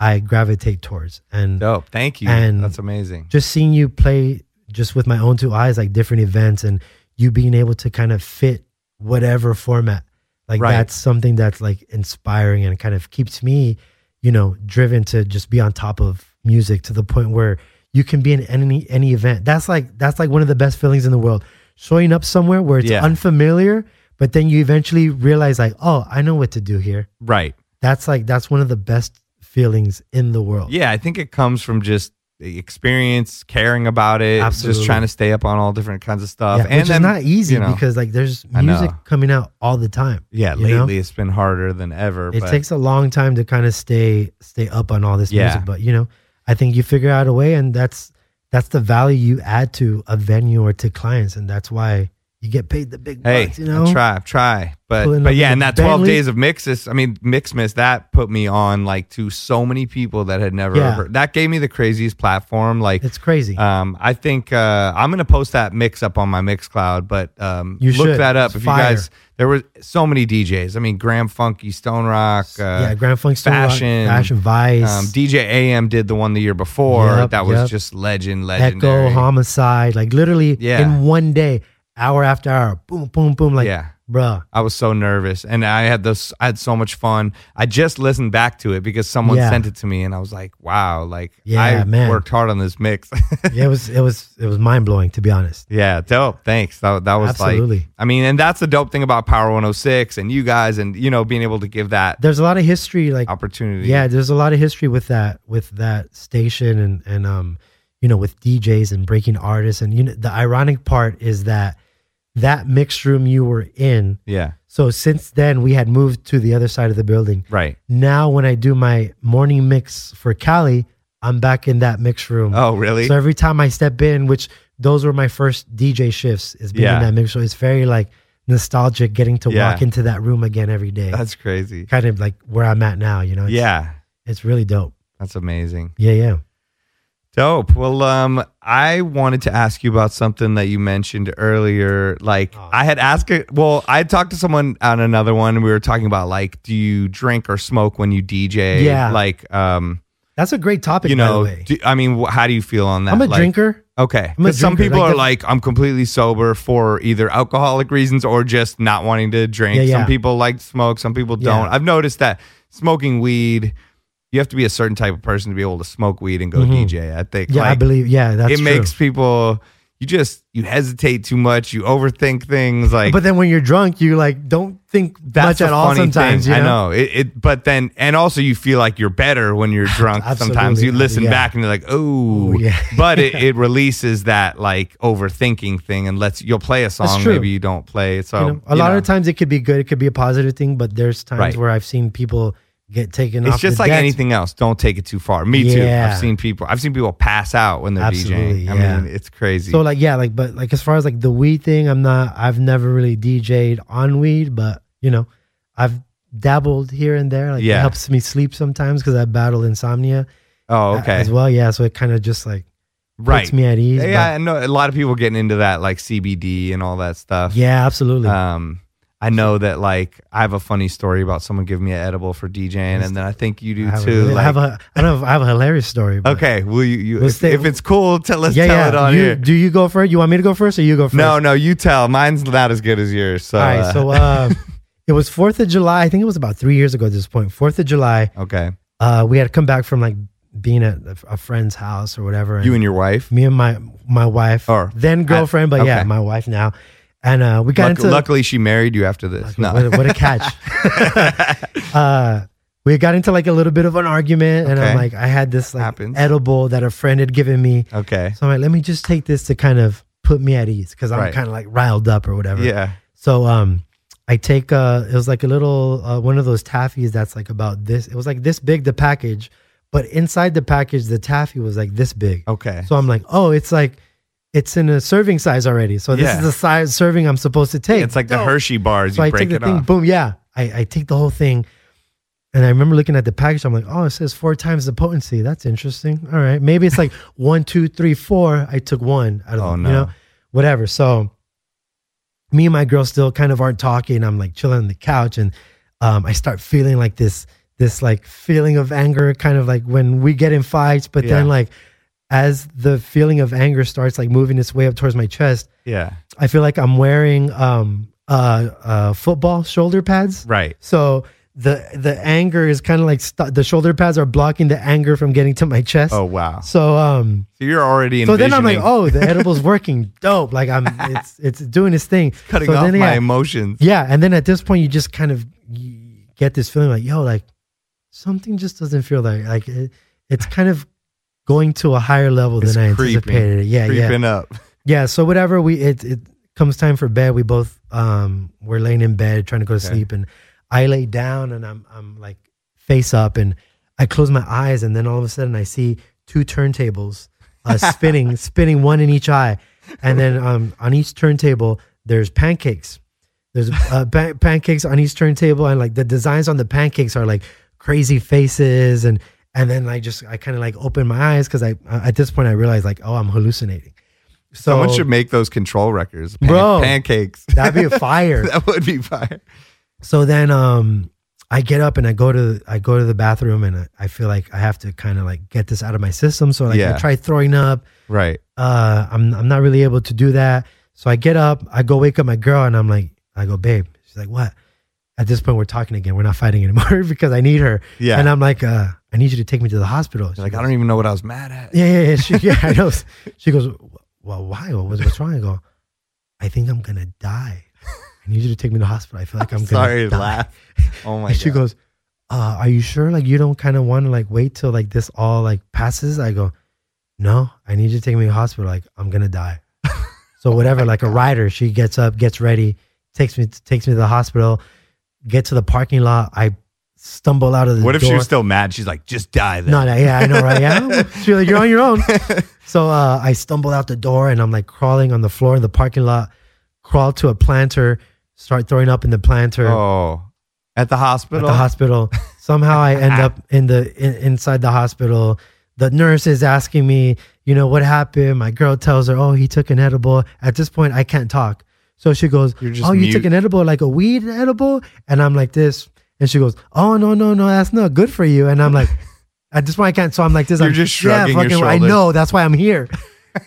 A: I gravitate towards, and
B: dope. Thank you.
A: and
B: That's amazing.
A: just seeing you play just with my own two eyes like different events and you being able to kind of fit whatever format like
B: Right.
A: that's something that's like inspiring and kind of keeps me you know driven to just be on top of music to the point where you can be in any any event that's like that's like one of the best feelings in the world showing up somewhere where it's
B: Yeah.
A: unfamiliar but then you eventually realize like oh i know what to do here
B: Right.
A: that's like that's one of the best feelings in the world
B: Yeah, I think it comes from just the experience, caring about it,
A: Absolutely.
B: just trying to stay up on all different kinds of stuff.
A: Yeah,
B: and
A: which
B: then,
A: is not easy
B: you know,
A: because like there's
B: I know.
A: music coming out all the time.
B: yeah,
A: you know?
B: lately it's been harder than ever.
A: it
B: but
A: takes a long time to kind of stay stay up on all this
B: Yeah.
A: music, but you know, I think you figure out a way, and that's that's the value you add to a venue or to clients, and that's why you get paid the big
B: hey,
A: bucks. You know,
B: I try, I try, but
A: Pulling
B: but
A: up
B: yeah,
A: the
B: and that twelve
A: Bentley.
B: days of mixes, I mean mixmas, that put me on like to so many people that had never
A: Yeah.
B: heard. That gave me the craziest platform. Like
A: it's crazy.
B: Um, I think uh, I'm gonna post that mix up on my Mixcloud, but um,
A: You
B: look
A: should.
B: that up
A: It's
B: if
A: fire.
B: you guys. There were so many DJs. I mean, Graham Funky, Stone Rock, uh,
A: yeah, Grand Funk Stone Rock,
B: Fashion,
A: Fashion Vice,
B: Um, DJ AM did the one the year before.
A: Yep,
B: that was
A: yep.
B: just legend, legendary.
A: Echo, Homicide, like literally
B: Yeah.
A: in one day, hour after hour, boom, boom, boom, like,
B: Yeah.
A: bruh,
B: I was so nervous, and I had this. I had so much fun. I just listened back to it because someone
A: Yeah.
B: sent it to me, and I was like, "Wow!" Like,
A: Yeah,
B: I
A: man.
B: worked hard on this mix.
A: yeah, it was it was it was mind blowing to be honest.
B: Yeah, dope. Thanks. That, that was like,
A: Absolutely.
B: I mean, and that's the dope thing about Power 106 and you guys and, you know, being able to give that
A: There's a lot of history, like
B: opportunity.
A: Yeah, there's a lot of history with that with that station and and um you know with DJs and breaking artists and you know the ironic part is that that mixed room you were in.
B: Yeah.
A: So since then we had moved to the other side of the building.
B: Right.
A: Now when I do my morning mix for Cali, I'm back in that mixed room.
B: Oh, really?
A: So every time I step in, which those were my first DJ shifts, is being
B: Yeah.
A: in that mixed room. It's very like nostalgic getting to
B: Yeah.
A: walk into that room again every day.
B: That's crazy.
A: kind of like where I'm at now, you know. It's-
B: Yeah.
A: it's really dope.
B: That's amazing.
A: Yeah, yeah.
B: Dope. Well, um, I wanted to ask you about something that you mentioned earlier. Like,
A: Oh.
B: I had asked, well, I talked to someone on another one. We were talking about, like, do you drink or smoke when you DJ?
A: Yeah.
B: Like, um,
A: That's a great topic,
B: you
A: by
B: know,
A: the way.
B: do, I mean, wh- how do you feel on that?
A: I'm a
B: Like,
A: drinker.
B: Okay.
A: I'm a
B: But some
A: drinker.
B: people
A: Like
B: are
A: the-
B: like, I'm completely sober for either alcoholic reasons or just not wanting to drink.
A: Yeah, yeah.
B: Some people like to smoke, some people
A: Yeah.
B: don't. I've noticed that smoking weed, you have to be a certain type of person to be able to smoke weed and go
A: Mhm.
B: DJ. I think
A: Yeah, I
B: Like,
A: believe. Yeah, that's
B: it
A: true.
B: makes people you just you hesitate too much, you overthink things like
A: but then when you're drunk, you like don't think much
B: the
A: at all.
B: funny
A: Sometimes
B: thing.
A: you know?
B: I know it, it, but then and also you feel like you're better when you're drunk. Sometimes
A: Absolutely.
B: you listen
A: Yeah.
B: back and you're like, oh,
A: Ooh, yeah.
B: but it, it releases that like overthinking thing and lets you'll play a song
A: true.
B: maybe you don't play. So
A: You know, a
B: you
A: lot
B: know,
A: of times it could be good, it could be a positive thing, but there's times
B: Right.
A: where I've seen people get taken
B: It's
A: off.
B: just
A: the
B: like
A: decks.
B: anything else. Don't take it too far. Me too.
A: Yeah.
B: I've seen people. I've seen people pass out when they're
A: Absolutely,
B: DJing. I
A: yeah.
B: mean, it's crazy.
A: So like yeah, like but like as far as like the weed thing, I'm not. I've never really DJ'd on weed, but you know, I've dabbled here and there. Like
B: Yeah.
A: it helps me sleep sometimes because I battle insomnia.
B: oh,
A: a-
B: okay.
A: As well, yeah. So it kind of just like
B: right.
A: puts me at ease.
B: yeah,
A: but-
B: I know a lot of people getting into that like CBD and all that stuff.
A: yeah, absolutely.
B: Um, I know that like I have a funny story about someone giving me an edible for DJing, and then I think you do
A: I have, a-
B: too.
A: I
B: like-
A: have a, I don't know, I have a hilarious story. but-
B: okay, will you? you
A: We'll
B: if,
A: stay-
B: if it's cool, tell let's tell it on
A: you,
B: here.
A: Do you go first? You want me to go first, or you go first?
B: No, no, you tell. Mine's not as good as yours. So,
A: All right.
B: uh,
A: So uh, it was Fourth of July. I think it was about three years ago at this point. Fourth of July.
B: okay,
A: Uh, we had come back from like being at a- a friend's house or whatever.
B: you and your wife.
A: me and my my wife,
B: Or-
A: then girlfriend, but yeah,
B: okay.
A: my wife now. And uh, we got
B: Luck-
A: into
B: luckily, she married you after this. No,
A: What, a, what a catch. uh, we got into like a little bit of an argument, and
B: Okay.
A: I'm like, I had this like
B: Happens.
A: edible that a friend had given me.
B: okay,
A: So I'm like, let me just take this to kind of put me at ease because I'm
B: Right.
A: kind of like riled up or whatever.
B: yeah,
A: So um, I take uh, it was like a little uh, one of those taffies that's like about this. It was like this big the package, but inside the package the taffy was like this big.
B: Okay.
A: So I'm like, oh, it's like it's in a serving size already. So this
B: Yeah.
A: is the size serving I'm supposed to take.
B: It's like the Hershey bars.
A: So
B: you
A: I
B: break
A: take the
B: it
A: thing,
B: off.
A: boom, yeah. I, I take the whole thing. And I remember looking at the package. I'm like, oh, it says four times the potency. That's interesting. All right. Maybe it's like one, two, three, four. I took one out of
B: Oh,
A: them,
B: no.
A: you know, whatever. So me and my girl still kind of aren't talking. I'm like chilling on the couch and um, I start feeling like this, this like feeling of anger, kind of like when we get in fights, but then
B: Yeah.
A: like as the feeling of anger starts like moving its way up towards my chest,
B: Yeah.
A: I feel like I'm wearing um uh uh football shoulder pads.
B: Right.
A: So the the anger is kind of like st- the shoulder pads are blocking the anger from getting to my chest.
B: Oh wow.
A: So um
B: So you're already.
A: so then I'm like,
B: envisioning-
A: oh, the edible's working, dope. Like I'm, it's it's doing its thing.
B: cutting
A: so
B: off
A: then,
B: my
A: yeah,
B: emotions.
A: yeah, and then at this point, you just kind of you get this feeling like, yo, like something just doesn't feel like like it, it's kind of going to a higher level
B: It's
A: than I
B: creeping,
A: anticipated. it. Yeah, yeah
B: creeping up.
A: yeah so whatever we it, it comes time for bed we both um we're laying in bed trying to go to sleep and i lay down and i'm i'm like face up and i close my eyes and then all of a sudden i see two turntables uh, spinning spinning one in each eye and then um on each turntable there's pancakes there's uh, pan- pancakes on each turntable and like the designs on the pancakes are like crazy faces and and then i just i kind of like open my eyes because i uh, at this point i realize like oh i'm hallucinating so
B: Someone should make those control records, Pan-
A: Bro.
B: Pancakes.
A: That'd be a fire.
B: that would be fire.
A: so then um I get up and I go to I go to the bathroom and I, I feel like I have to kind of like get this out of my system. So like
B: Yeah.
A: I try throwing up.
B: Right.
A: Uh I'm I'm not really able to do that. So I get up, I go wake up my girl and I'm like, I go, babe. She's like, what? At this point we're talking again. We're not fighting anymore because I need her.
B: Yeah.
A: And I'm like, uh, I need you to take me to the hospital. She's
B: You're like I don't even know what I was mad at.
A: yeah, yeah, yeah. She, yeah, I know. She goes, well, why? What was, what's wrong? I go, I think I'm going to die. I need you to take me to the hospital. I feel like I'm, going to
B: Sorry,
A: die.
B: laugh. Oh my
A: and she
B: god.
A: goes, uh, are you sure? Like, you don't kind of want to like wait till like this all like passes? I go, no, I need you to take me to the hospital. Like, I'm going to die. So
B: Oh
A: whatever, like a rider, she gets up, gets ready, takes me, takes me to the hospital, get to the parking lot. I stumble out of the
B: What if
A: door.
B: she was still mad? She's like, just die then.
A: No, no, yeah, I know, right? Yeah, she's like, you're on your own. So uh, I stumbled out the door and I'm like crawling on the floor in the parking lot, crawl to a planter, start throwing up in the planter
B: Oh, at the
A: at
B: hospital.
A: the hospital. Somehow I end up in the in, inside the hospital. The nurse is asking me, you know, what happened. My girl tells her, oh, he took an edible. At this point, I can't talk. So she goes,
B: You're just
A: oh, you took
B: mute.
A: an edible, like a weed edible, and I'm like this, and she goes, oh no no no, that's not good for you, and I'm like, at this point I can't. So I'm like this.
B: You're
A: I'm,
B: just shrugging
A: yeah,
B: your
A: fucking, I
B: shoulders.
A: know that's why I'm here.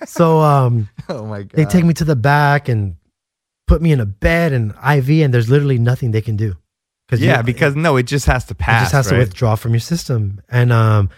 A: so um,
B: Oh my god.
A: they take me to the back and put me in a bed and IV, and there's literally nothing they can do. Cause you-
B: Yeah, because no, it just has to
A: it
B: pass.
A: just has
B: right?
A: to withdraw from your system and um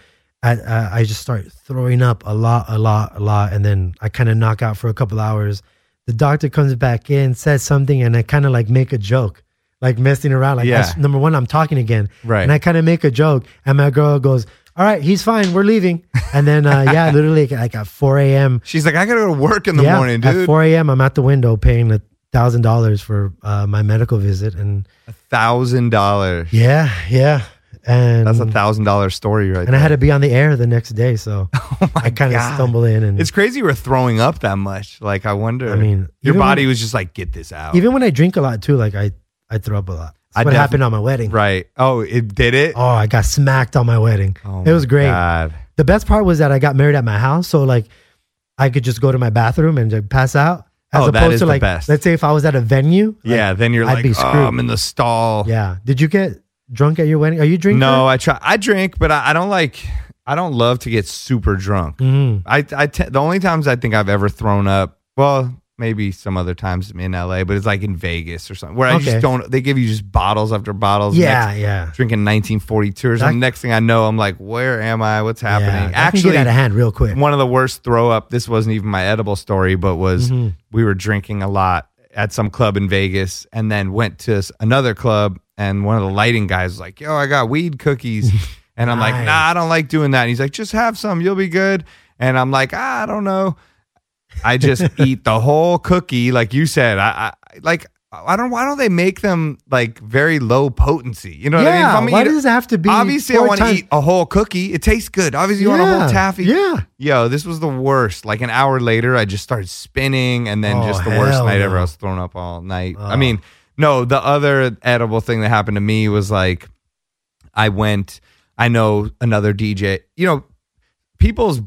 A: I, I I just start throwing up a lot a lot a lot and then i kind of knock out for a couple hours the doctor comes back in says something and i kind of like make a joke like messing around like
B: Yeah.
A: that's- number one i'm talking again
B: Right.
A: and i kind of make a joke and my girl goes all right he's fine we're leaving and then uh, yeah literally like at 4 a.m
B: She's like, I gotta go to work in the
A: yeah,
B: morning,
A: at
B: dude.
A: 4 a.m i'm at the window paying a thousand dollars for uh, my medical visit and
B: Thousand dollars.
A: yeah yeah and
B: That's a thousand dollar story right
A: and I
B: there.
A: had to be on the air the next day, so I kind of
B: Oh God.
A: stumble in. And
B: It's crazy you were throwing up that much. Like I wonder.
A: Mm-hmm. I mean,
B: your
A: even
B: body
A: when-
B: was just like, get this out.
A: even when I drink a lot too, like I I throw up a lot.
B: I
A: That's what
B: defi-
A: happened on my wedding.
B: right. Oh, it did it.
A: Oh, I got smacked on my wedding.
B: Oh
A: it was
B: my
A: great.
B: God.
A: The best part was that I got married at my house, so like I could just go to my bathroom and just pass out. As
B: Oh, that
A: opposed
B: is
A: to
B: the
A: like,
B: best.
A: let's say if I was at a venue. like,
B: yeah. Then you're
A: I'd
B: like,
A: be
B: oh,
A: screwed.
B: I'm in the stall.
A: yeah. Did you get drunk at your wedding? Are you drinking?
B: No, I try. I drink, but I, I don't like. I don't love to get super drunk.
A: Mhm.
B: I, I te- the only times I think I've ever thrown up, well, maybe some other times in LA, but it's like in Vegas or something where I
A: Okay.
B: just don't. They give you just bottles after bottles.
A: Yeah,
B: next-
A: yeah.
B: Drinking 1942 or something.
A: That-
B: Next thing I know, I'm like, where am I? What's happening?
A: Yeah, that can
B: Actually,
A: get out of hand real quick.
B: one of the worst throw up. This wasn't even my edible story, but was
A: Mm-hmm.
B: we were drinking a lot at some club in Vegas, and then went to s- another club, and one of the lighting guys was like, "Yo, I got weed cookies," and I'm like,
A: Nice.
B: "Nah, I don't like doing that." And he's like, "Just have some, you'll be good." And I'm like, "Ah, "I don't know." I just eat the whole cookie, like you said. I, I like I don't. Why don't they make them like very low potency? You know what I mean?
A: Yeah,
B: I'm gonna
A: why
B: eat a-
A: does it have to be
B: Obviously, I
A: four
B: want to
A: times-
B: eat a whole cookie. It tastes good. Obviously, you want a
A: Yeah,
B: whole taffy.
A: yeah.
B: Yo, this was the worst. Like an hour later, I just started spinning, and then
A: Oh,
B: just the worst
A: hell
B: night ever.
A: no. Oh.
B: I was thrown up all night. I mean, no. The other edible thing that happened to me was like, I went. I know another DJ. You know, people's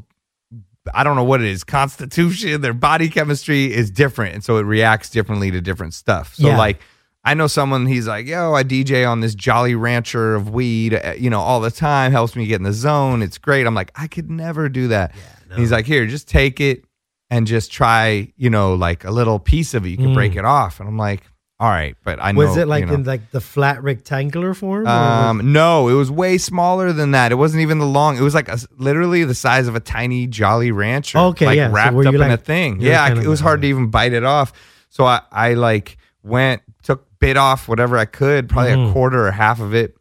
B: I don't know what it is, constitution, their body chemistry is different. And so it reacts differently to different stuff. So
A: Yeah.
B: like I know someone he's like, yo, I DJ on this Jolly Rancher of weed, uh, you know, all the time, helps me get in the zone. It's great. I'm like, I could never do that. And he's like, here, just take it and just try, you know, like a little piece of it. You can
A: Mm.
B: break it off. And I'm like, all right, but I know.
A: was it like
B: you know.
A: in like the flat rectangular form? or was-
B: Um, no, it was way smaller than that. It wasn't even the long. It was like a, literally the size of a tiny Jolly Rancher.
A: Okay,
B: like
A: yeah. So
B: wrapped
A: were
B: up
A: you
B: in a
A: like-
B: thing.
A: you were
B: Yeah, I-
A: kind of
B: it was
A: like-
B: hard to even bite it off. So I, I like went took bit off whatever I could, probably a
A: Mhm.
B: quarter or half of it.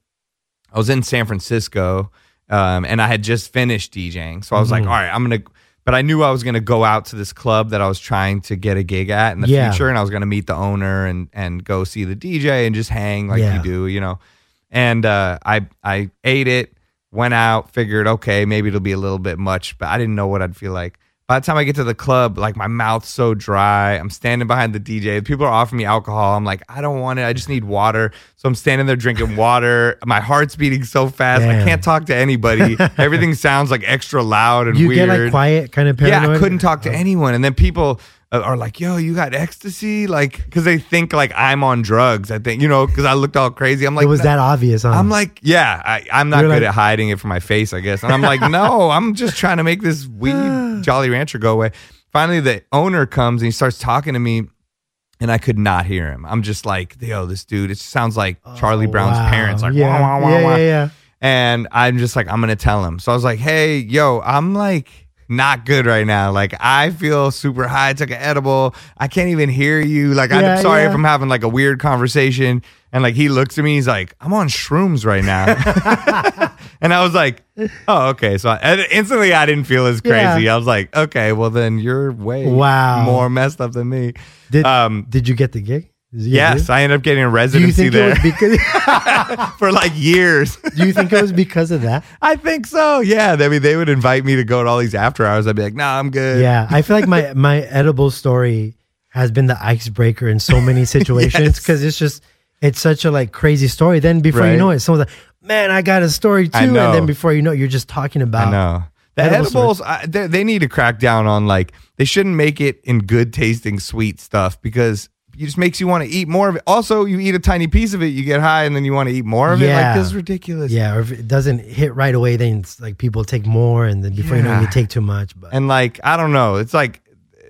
B: I was in San Francisco, um, and I had just finished DJing, so I was like,
A: Mhm.
B: all right, I'm gonna. But I knew I was gonna go out to this club that I was trying to get a gig at in the
A: Yeah.
B: future, and I was gonna meet the owner and and go see the DJ and just hang like
A: Yeah.
B: you do, you know and uh, I I ate it, went out, figured okay maybe it'll be a little bit much, but I didn't know what I'd feel like. By the time I get to the club, like my mouth's so dry. I'm standing behind the DJ. People are offering me alcohol. I'm like, I don't want it. I just need water. So I'm standing there drinking water. My heart's beating so fast. I
A: Damn.
B: can't talk to anybody. Everything sounds like extra loud and
A: you
B: weird.
A: get like quiet, kind of paranoid. Oh.
B: Yeah, I couldn't talk to anyone. And then people uh, are like, "Yo, you got ecstasy?" Like, because they think like I'm on drugs. I think you know, because I looked all crazy. I'm like,
A: it was
B: "No."
A: that obvious. Huh?
B: I'm like, yeah, I, I'm not
A: You're
B: good
A: like-
B: at hiding it from my face, I guess. And I'm like, no, I'm just trying to make this weed Jolly Rancher go away. Finally, the owner comes and he starts talking to me, and I could not hear him. I'm just like, yo, this dude, it sounds like Charlie Brown's
A: Oh, Wow.
B: parents. Like,
A: yeah,
B: wah, wah, wah,
A: yeah,
B: wah.
A: yeah, yeah.
B: And I'm just like, I'm gonna tell him. So I was like, hey, yo, I'm like not good right now. Like I feel super high. I took an edible. I can't even hear you. Like
A: Yeah,
B: I'm sorry if
A: yeah.
B: I'm having like a weird conversation. And like he looks at me, he's like, I'm on shrooms right now. and I was like, oh, okay. So I, and instantly I didn't feel as crazy.
A: Yeah.
B: I was like, okay, well then you're way
A: Wow.
B: more messed up than me.
A: Did
B: um,
A: did you get the gig? Did you get
B: Yes,
A: the
B: I ended up getting a
A: gig? do you
B: residency
A: think it
B: there
A: was because?
B: for like years.
A: do you think it was because of that?
B: I think so. Yeah. I mean, they would invite me to go to all these after hours. I'd be like, nah, I'm good.
A: Yeah, I feel like my my edible story has been the icebreaker in so many situations
B: Yes.
A: because it's just it's such a like crazy story. Then before
B: Right.
A: you know it, someone's like, "Man, I got a story too,"
B: I
A: and
B: know.
A: then before you know, it, you're just talking about.
B: I know. The
A: Edible
B: edibles, I, they, they need to crack down on like, they shouldn't make it in good tasting sweet stuff because it just makes you want to eat more of it. Also, you eat a tiny piece of it, you get high, and then you want to eat more of it. Like,
A: Yeah.
B: this is ridiculous.
A: Yeah, or if it doesn't hit right away, then it's like people take more, and then before you know, it,
B: Yeah.
A: you take too much. But
B: And like, I don't know. It's like,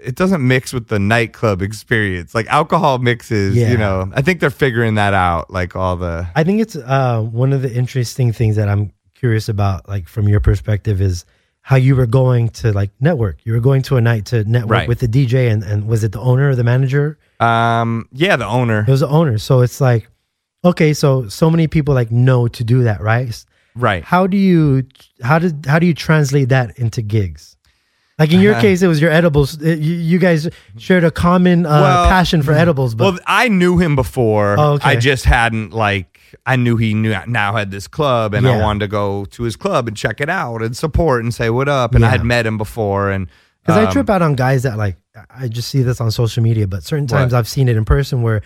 B: it doesn't mix with the nightclub experience. Like alcohol mixes,
A: Yeah.
B: you know. I think they're figuring that out. Like all the
A: I think it's uh, one of the interesting things that I'm curious about, like from your perspective, is how you were going to like network. You were going to a night to network
B: Right.
A: with the DJ, and, and was it the owner or the manager?
B: um yeah, the owner.
A: It was the owner. So it's like, okay, so so many people like know to do that, right?
B: Right.
A: How do you how did how do you translate that into gigs? Like in your case, it was your edibles. It- you, you guys shared a common uh,
B: Well-
A: passion for edibles, but
B: well, I knew him before.
A: Oh, okay.
B: I just hadn't like I knew he knew now had this club, and I
A: Yeah.
B: wanted to go to his club and check it out and support and say what up. And I
A: Yeah.
B: had met him before, and
A: Because I
B: um,
A: trip out on guys that like I just see this on social media, but certain times
B: What?
A: I've seen it in person where,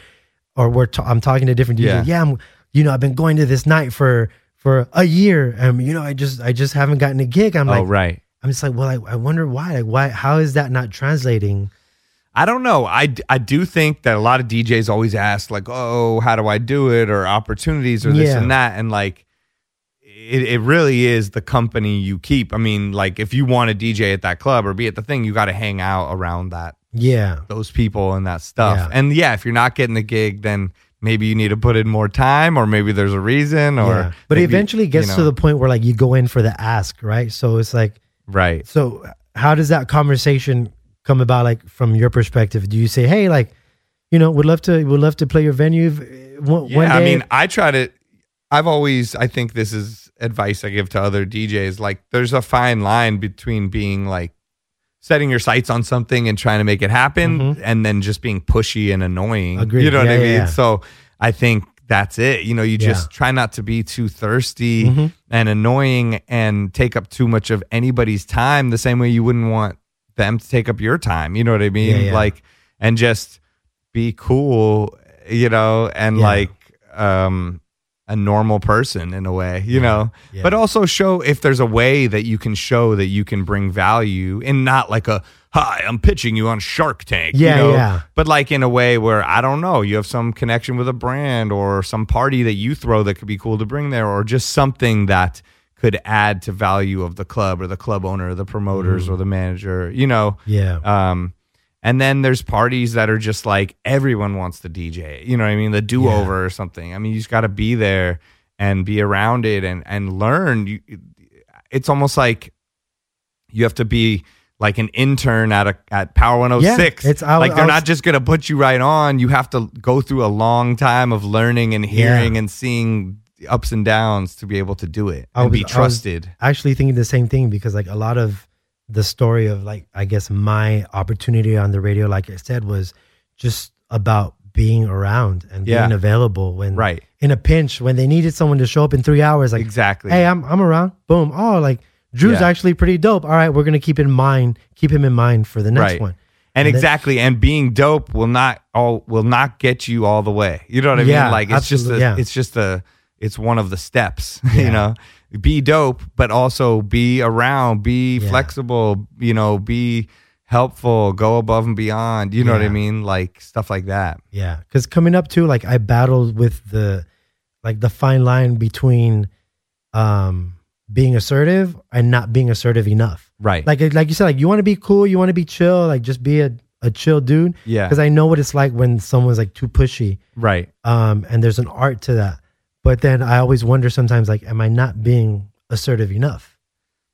A: or we're t- I'm talking to different
B: Yeah.
A: DJs. Yeah, I'm, you know, I've been going to this night for for a year, and you know, I just I just haven't gotten a gig. I'm
B: oh
A: like,
B: right.
A: I'm just like, well, I, I wonder why, like, why, how is that not translating?
B: I don't know. I, d- I do think that a lot of DJs always ask like, oh, how do I do it, or opportunities, or this
A: Yeah.
B: and that, and like. It, it really is the company you keep. I mean, like if you want to DJ at that club or be at the thing, you got to hang out around that
A: Yeah,
B: those people and that stuff.
A: Yeah.
B: And yeah, if you're not getting the gig, then maybe you need to put in more time, or maybe there's a reason, or
A: yeah. But it
B: maybe,
A: eventually
B: you
A: gets
B: know.
A: to the point where like you go in for the ask, right? So it's like,
B: right.
A: So how does that conversation come about? Like from your perspective, do you say, "Hey, like, you know, would love to, would love to play your venue if- one,
B: Yeah,
A: one day."
B: I mean, I try to. I've always, I think this is advice I give to other DJs. Like, there's a fine line between being like setting your sights on something and trying to make it happen and then just being pushy and annoying.
A: Mm-hmm. Agreed.
B: You know what
A: Yeah,
B: I
A: yeah,
B: mean?
A: yeah.
B: So I think that's it. You know, you just try not to be too thirsty
A: Mhm.
B: and annoying and take up too much of anybody's time the same way you wouldn't want them to take up your time. You know what I mean?
A: Yeah, yeah.
B: Like, and just be cool, you know, and
A: Yeah.
B: like, um, a normal person in a way, you know, but also show if there's a way that you can show that you can bring value and not like a, hi, I'm pitching you on Shark Tank. you
A: Yeah,
B: know?
A: yeah.
B: But like in a way where I don't know, you have some connection with a brand or some party that you throw that could be cool to bring there, or just something that could add to value of the club or the club owner, or the promoters
A: Mm.
B: or the manager, you know.
A: Yeah.
B: Um, and then there's parties that are just like everyone wants the DJ, you know what I mean? The do over or something. I mean, you just got to be there and be around it and and learn. You, it's almost like you have to be like an intern at a at Power 106.
A: Yeah, it's- I-
B: like
A: I
B: they're
A: was-
B: not just going to put you right on. You have to go through a long time of learning and hearing and seeing the ups and downs to be able to do it and be trusted.
A: actually thinking the same thing because like a lot of the story of like I guess my opportunity on the radio, like I said, was just about being around and
B: Yeah.
A: being available when
B: Right.
A: in a pinch when they needed someone to show up in three hours. Like
B: Exactly.
A: Hey, I'm I'm around. Boom. Oh, like Drew's
B: Yeah.
A: actually pretty dope. All right, we're gonna keep in mind, keep him in mind for the next
B: right.
A: one.
B: And,
A: And then-
B: exactly, and being dope will not all will not get you all the way. You know what I
A: Yeah,
B: mean? Like it's just a,
A: absolute- yeah.
B: it's just a it's one of the steps. You know, be dope, but also be around, be flexible. You know, be helpful, go above and beyond. You know what I
A: Yeah.
B: mean? Like stuff like that.
A: Yeah, because coming up too, like I battled with the like the fine line between um being assertive and not being assertive enough.
B: Right.
A: Like like you said, like you want to be cool, you want to be chill, like just be a, a chill dude.
B: Yeah.
A: Because I know what it's like when someone's like too pushy.
B: Right.
A: Um, and there's an art to that. But then I always wonder sometimes, like, am I not being assertive enough?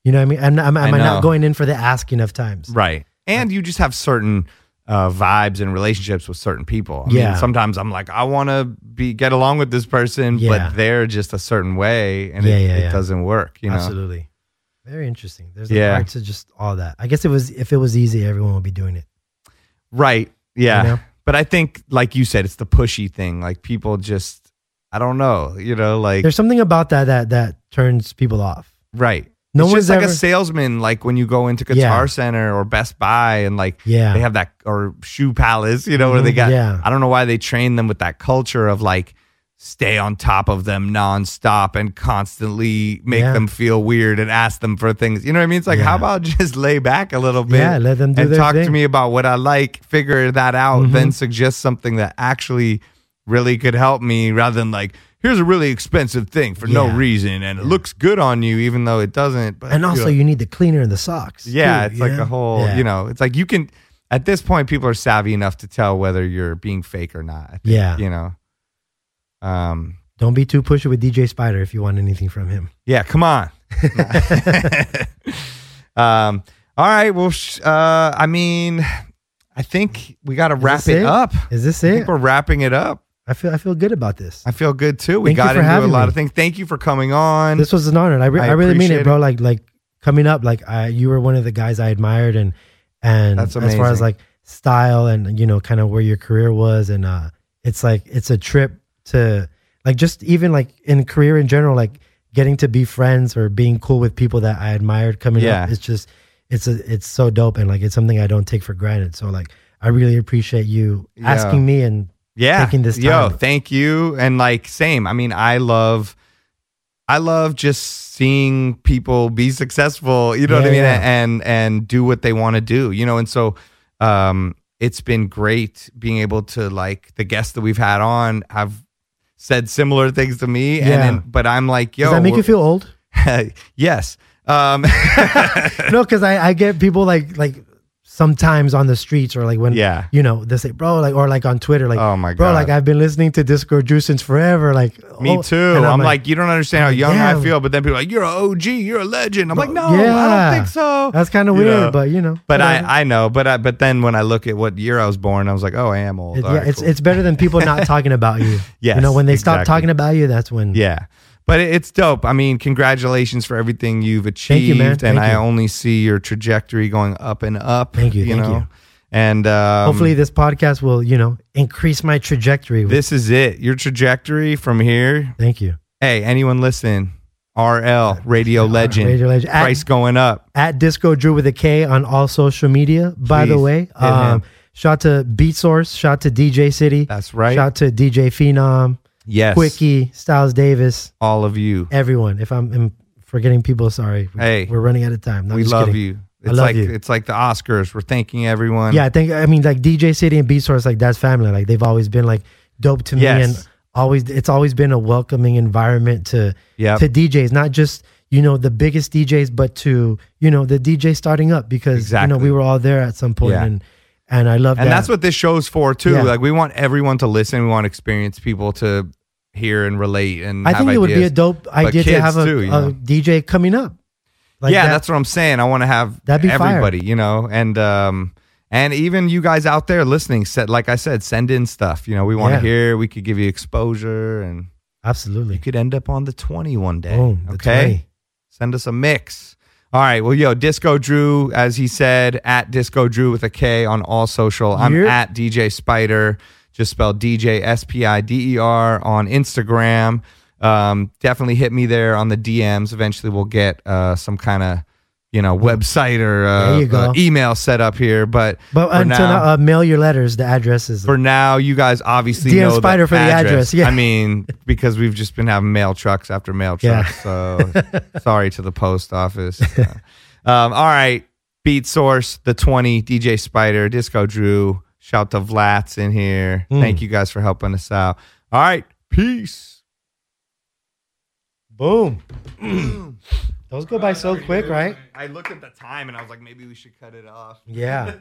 A: You know what I mean? Am, am, am
B: I
A: I,
B: know.
A: not going in for the ask enough times?
B: Right. And you just have certain uh, vibes and relationships with certain people. I mean,
A: Yeah.
B: sometimes I'm like, I want to be get along with this person,
A: Yeah.
B: but they're just a certain way, and
A: Yeah,
B: it,
A: yeah,
B: it
A: yeah.
B: doesn't work. You know.
A: Absolutely. Very interesting. There's an
B: Yeah.
A: art to just all that. I guess it was if it was easy, everyone would be doing it.
B: Right. Yeah.
A: You know?
B: But I think, like you said, it's the pushy thing. Like people just, I don't know. You know, like
A: There's something about that that that turns people off.
B: right.
A: No
B: it's
A: one's
B: just like
A: ever-
B: a salesman. Like when you go into
A: Yeah.
B: Guitar Center or Best Buy, and like
A: Yeah.
B: they have that or Shoe Palace. You know where they
A: Mhm,
B: got.
A: yeah.
B: I don't know why they train them with that culture of like stay on top of them nonstop and constantly make
A: Yeah.
B: them feel weird and ask them for things. You know what I mean? It's like how about just lay back a little bit?
A: Yeah, let them do
B: and
A: their
B: talk to
A: thing.
B: me about what I like, figure that out,
A: Mm-hmm.
B: then suggest something that actually really could help me rather than like, here's a really expensive thing for no
A: Yeah.
B: reason and it looks good on you even though it doesn't. But
A: And also
B: know,
A: you need the cleaner and the socks.
B: Yeah,
A: too,
B: it's
A: you
B: like
A: know?
B: a whole
A: Yeah.
B: you know, it's like you can at this point people are savvy enough to tell whether you're being fake or not. I think,
A: Yeah.
B: You know. Um
A: Don't be too pushy with DJ Spider if you want anything from him.
B: yeah, come on. um, all right. Well, sh- uh, I mean, I think we got to wrap
A: this
B: it,
A: it?
B: up.
A: Is this
B: I think
A: it?
B: we're wrapping it up.
A: I feel I feel good about this.
B: I feel good too. We
A: Thank you
B: got
A: for
B: into a
A: having
B: lot
A: me.
B: of things. Thank you for coming on.
A: This was an honor. and I, re-
B: I
A: I, really mean
B: appreciate
A: it, bro. Like like coming up, like I you were one of the guys I admired and and
B: That's
A: as far
B: amazing.
A: as like style and you know kind of where your career was and uh it's like it's a trip to like just even like in career in general like getting to be friends or being cool with people that I admired coming
B: Yeah.
A: up it's just it's a, it's so dope and like it's something I don't take for granted so like I really appreciate you
B: Yeah.
A: asking me and
B: yeah.
A: taking this
B: Yo,
A: time.
B: thank you. And like, same. I mean, I love, I love just seeing people be successful. You know what I
A: Yeah,
B: mean?
A: yeah.
B: And and do what they want to do. You know. And so, um, it's been great being able to like the guests that we've had on have said similar things to me. And
A: Yeah.
B: then, but I'm like, yo,
A: does that make you
B: we're-
A: feel old
B: yes. Um,
A: no, because I, I get people like like sometimes on the streets or like when
B: Yeah.
A: you know they say bro like or like on Twitter like
B: Oh, my
A: bro
B: God.
A: like I've been listening to Discord Juice since forever like
B: Me
A: oh,"
B: too. I'm,
A: and
B: like, you don't understand how young I
A: damn.
B: feel. But then people are like, you're an OG, you're a legend. I'm like, no, I
A: yeah.
B: don't think so.
A: That's kinda
B: You
A: weird, but, you know,
B: But
A: whatever.
B: I, I know. But I, but then when I look at what year I was born, I was like, oh, I am old.
A: it-
B: All
A: yeah
B: right,
A: it's
B: cool.
A: it's better than people not talking about you
B: Yes,
A: you know when they
B: exactly.
A: stop talking about you that's when
B: yeah. But it- it's dope. I mean, congratulations for everything you've achieved.
A: Thank you, man.
B: And
A: Thank
B: I
A: you.
B: only see your trajectory going up and up. Thank
A: you, thank
B: know?
A: you.
B: And um,
A: Hopefully, this podcast will, you know, increase my trajectory.
B: this is it. Your trajectory from here.
A: Thank you.
B: Hey, anyone listen? RL Radio Legend.
A: Radio Legend. At-
B: Price going up.
A: at Disco Drew with a K on all social media. By the
B: Please,
A: way,
B: hit him.
A: um, shout to Beat Source, shout to DJ City,
B: That's right.
A: shout to DJ Phenom,
B: Yes.
A: Quickie, Styles Davis,
B: All of you.
A: everyone. If I'm, I'm forgetting people, sorry.
B: Hey.
A: we're running out of time. No, I'm
B: we
A: just
B: love
A: kidding.
B: you.
A: I
B: It's
A: love
B: like
A: you.
B: it's like the Oscars. We're thanking everyone.
A: Yeah, I think I mean like DJ City and B Source, like that's family. Like they've always been like dope to me,
B: Yes.
A: and always it's always been a welcoming environment to
B: Yep.
A: to DJs, not just you know the biggest DJs, but to you know the DJ starting up because you
B: Exactly.
A: know we were all there at some point,
B: Yeah.
A: and and I love
B: And
A: that.
B: that's what this show's for too.
A: Yeah.
B: Like we want everyone to listen. We want experienced people to hear and relate. And
A: I
B: have
A: think it would be
B: ideas.
A: a dope
B: But
A: idea to
B: kids,
A: have a,
B: too, you know?
A: a DJ coming up.
B: yeah,
A: that-
B: that's what I'm saying. I want to have
A: That'd be fire.
B: everybody, you know, and um, and even you guys out there listening, said like I said, send in stuff. You know, we want to
A: Yeah.
B: hear. We could give you exposure, and
A: absolutely.
B: you could end up on the 20 one day.
A: Boom, the
B: okay,
A: 20.
B: send us a mix. All right, well, yo, Disco Drew, as he said, at Disco Drew with a K on all social. I'm
A: Yeah.
B: at DJ Spider, just spelled DJ S P I D E R on Instagram. Um, definitely hit me there on the DMs. Eventually, we'll get uh, some kind of you know website or uh,
A: There you go.
B: uh, email set up here. But
A: But
B: for
A: until
B: now,
A: now, uh, mail your letters. The address is
B: for now, you guys obviously
A: DM
B: know the
A: Spider for the address, yeah.
B: I mean, because we've just been having mail trucks after mail
A: Yeah.
B: trucks. So sorry to the post office. Uh, um, all right, Beat Source, the twenty, DJ Spider, Disco Drew. Shout to Vlat's in here.
A: Mm.
B: Thank you guys for helping us out. All right, peace.
A: boom. Those go by so quick, right?
B: I looked at the time and I was like, maybe we should cut it off.
A: Yeah,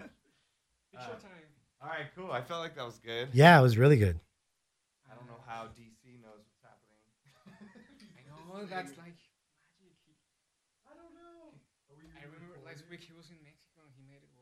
B: All right, cool. I felt like that was good.
A: yeah, it was really good.
B: I don't know how DC knows what's happening.
K: Oh, that's like magic. I don't know. I remember last week he was in Mexico and he made it work.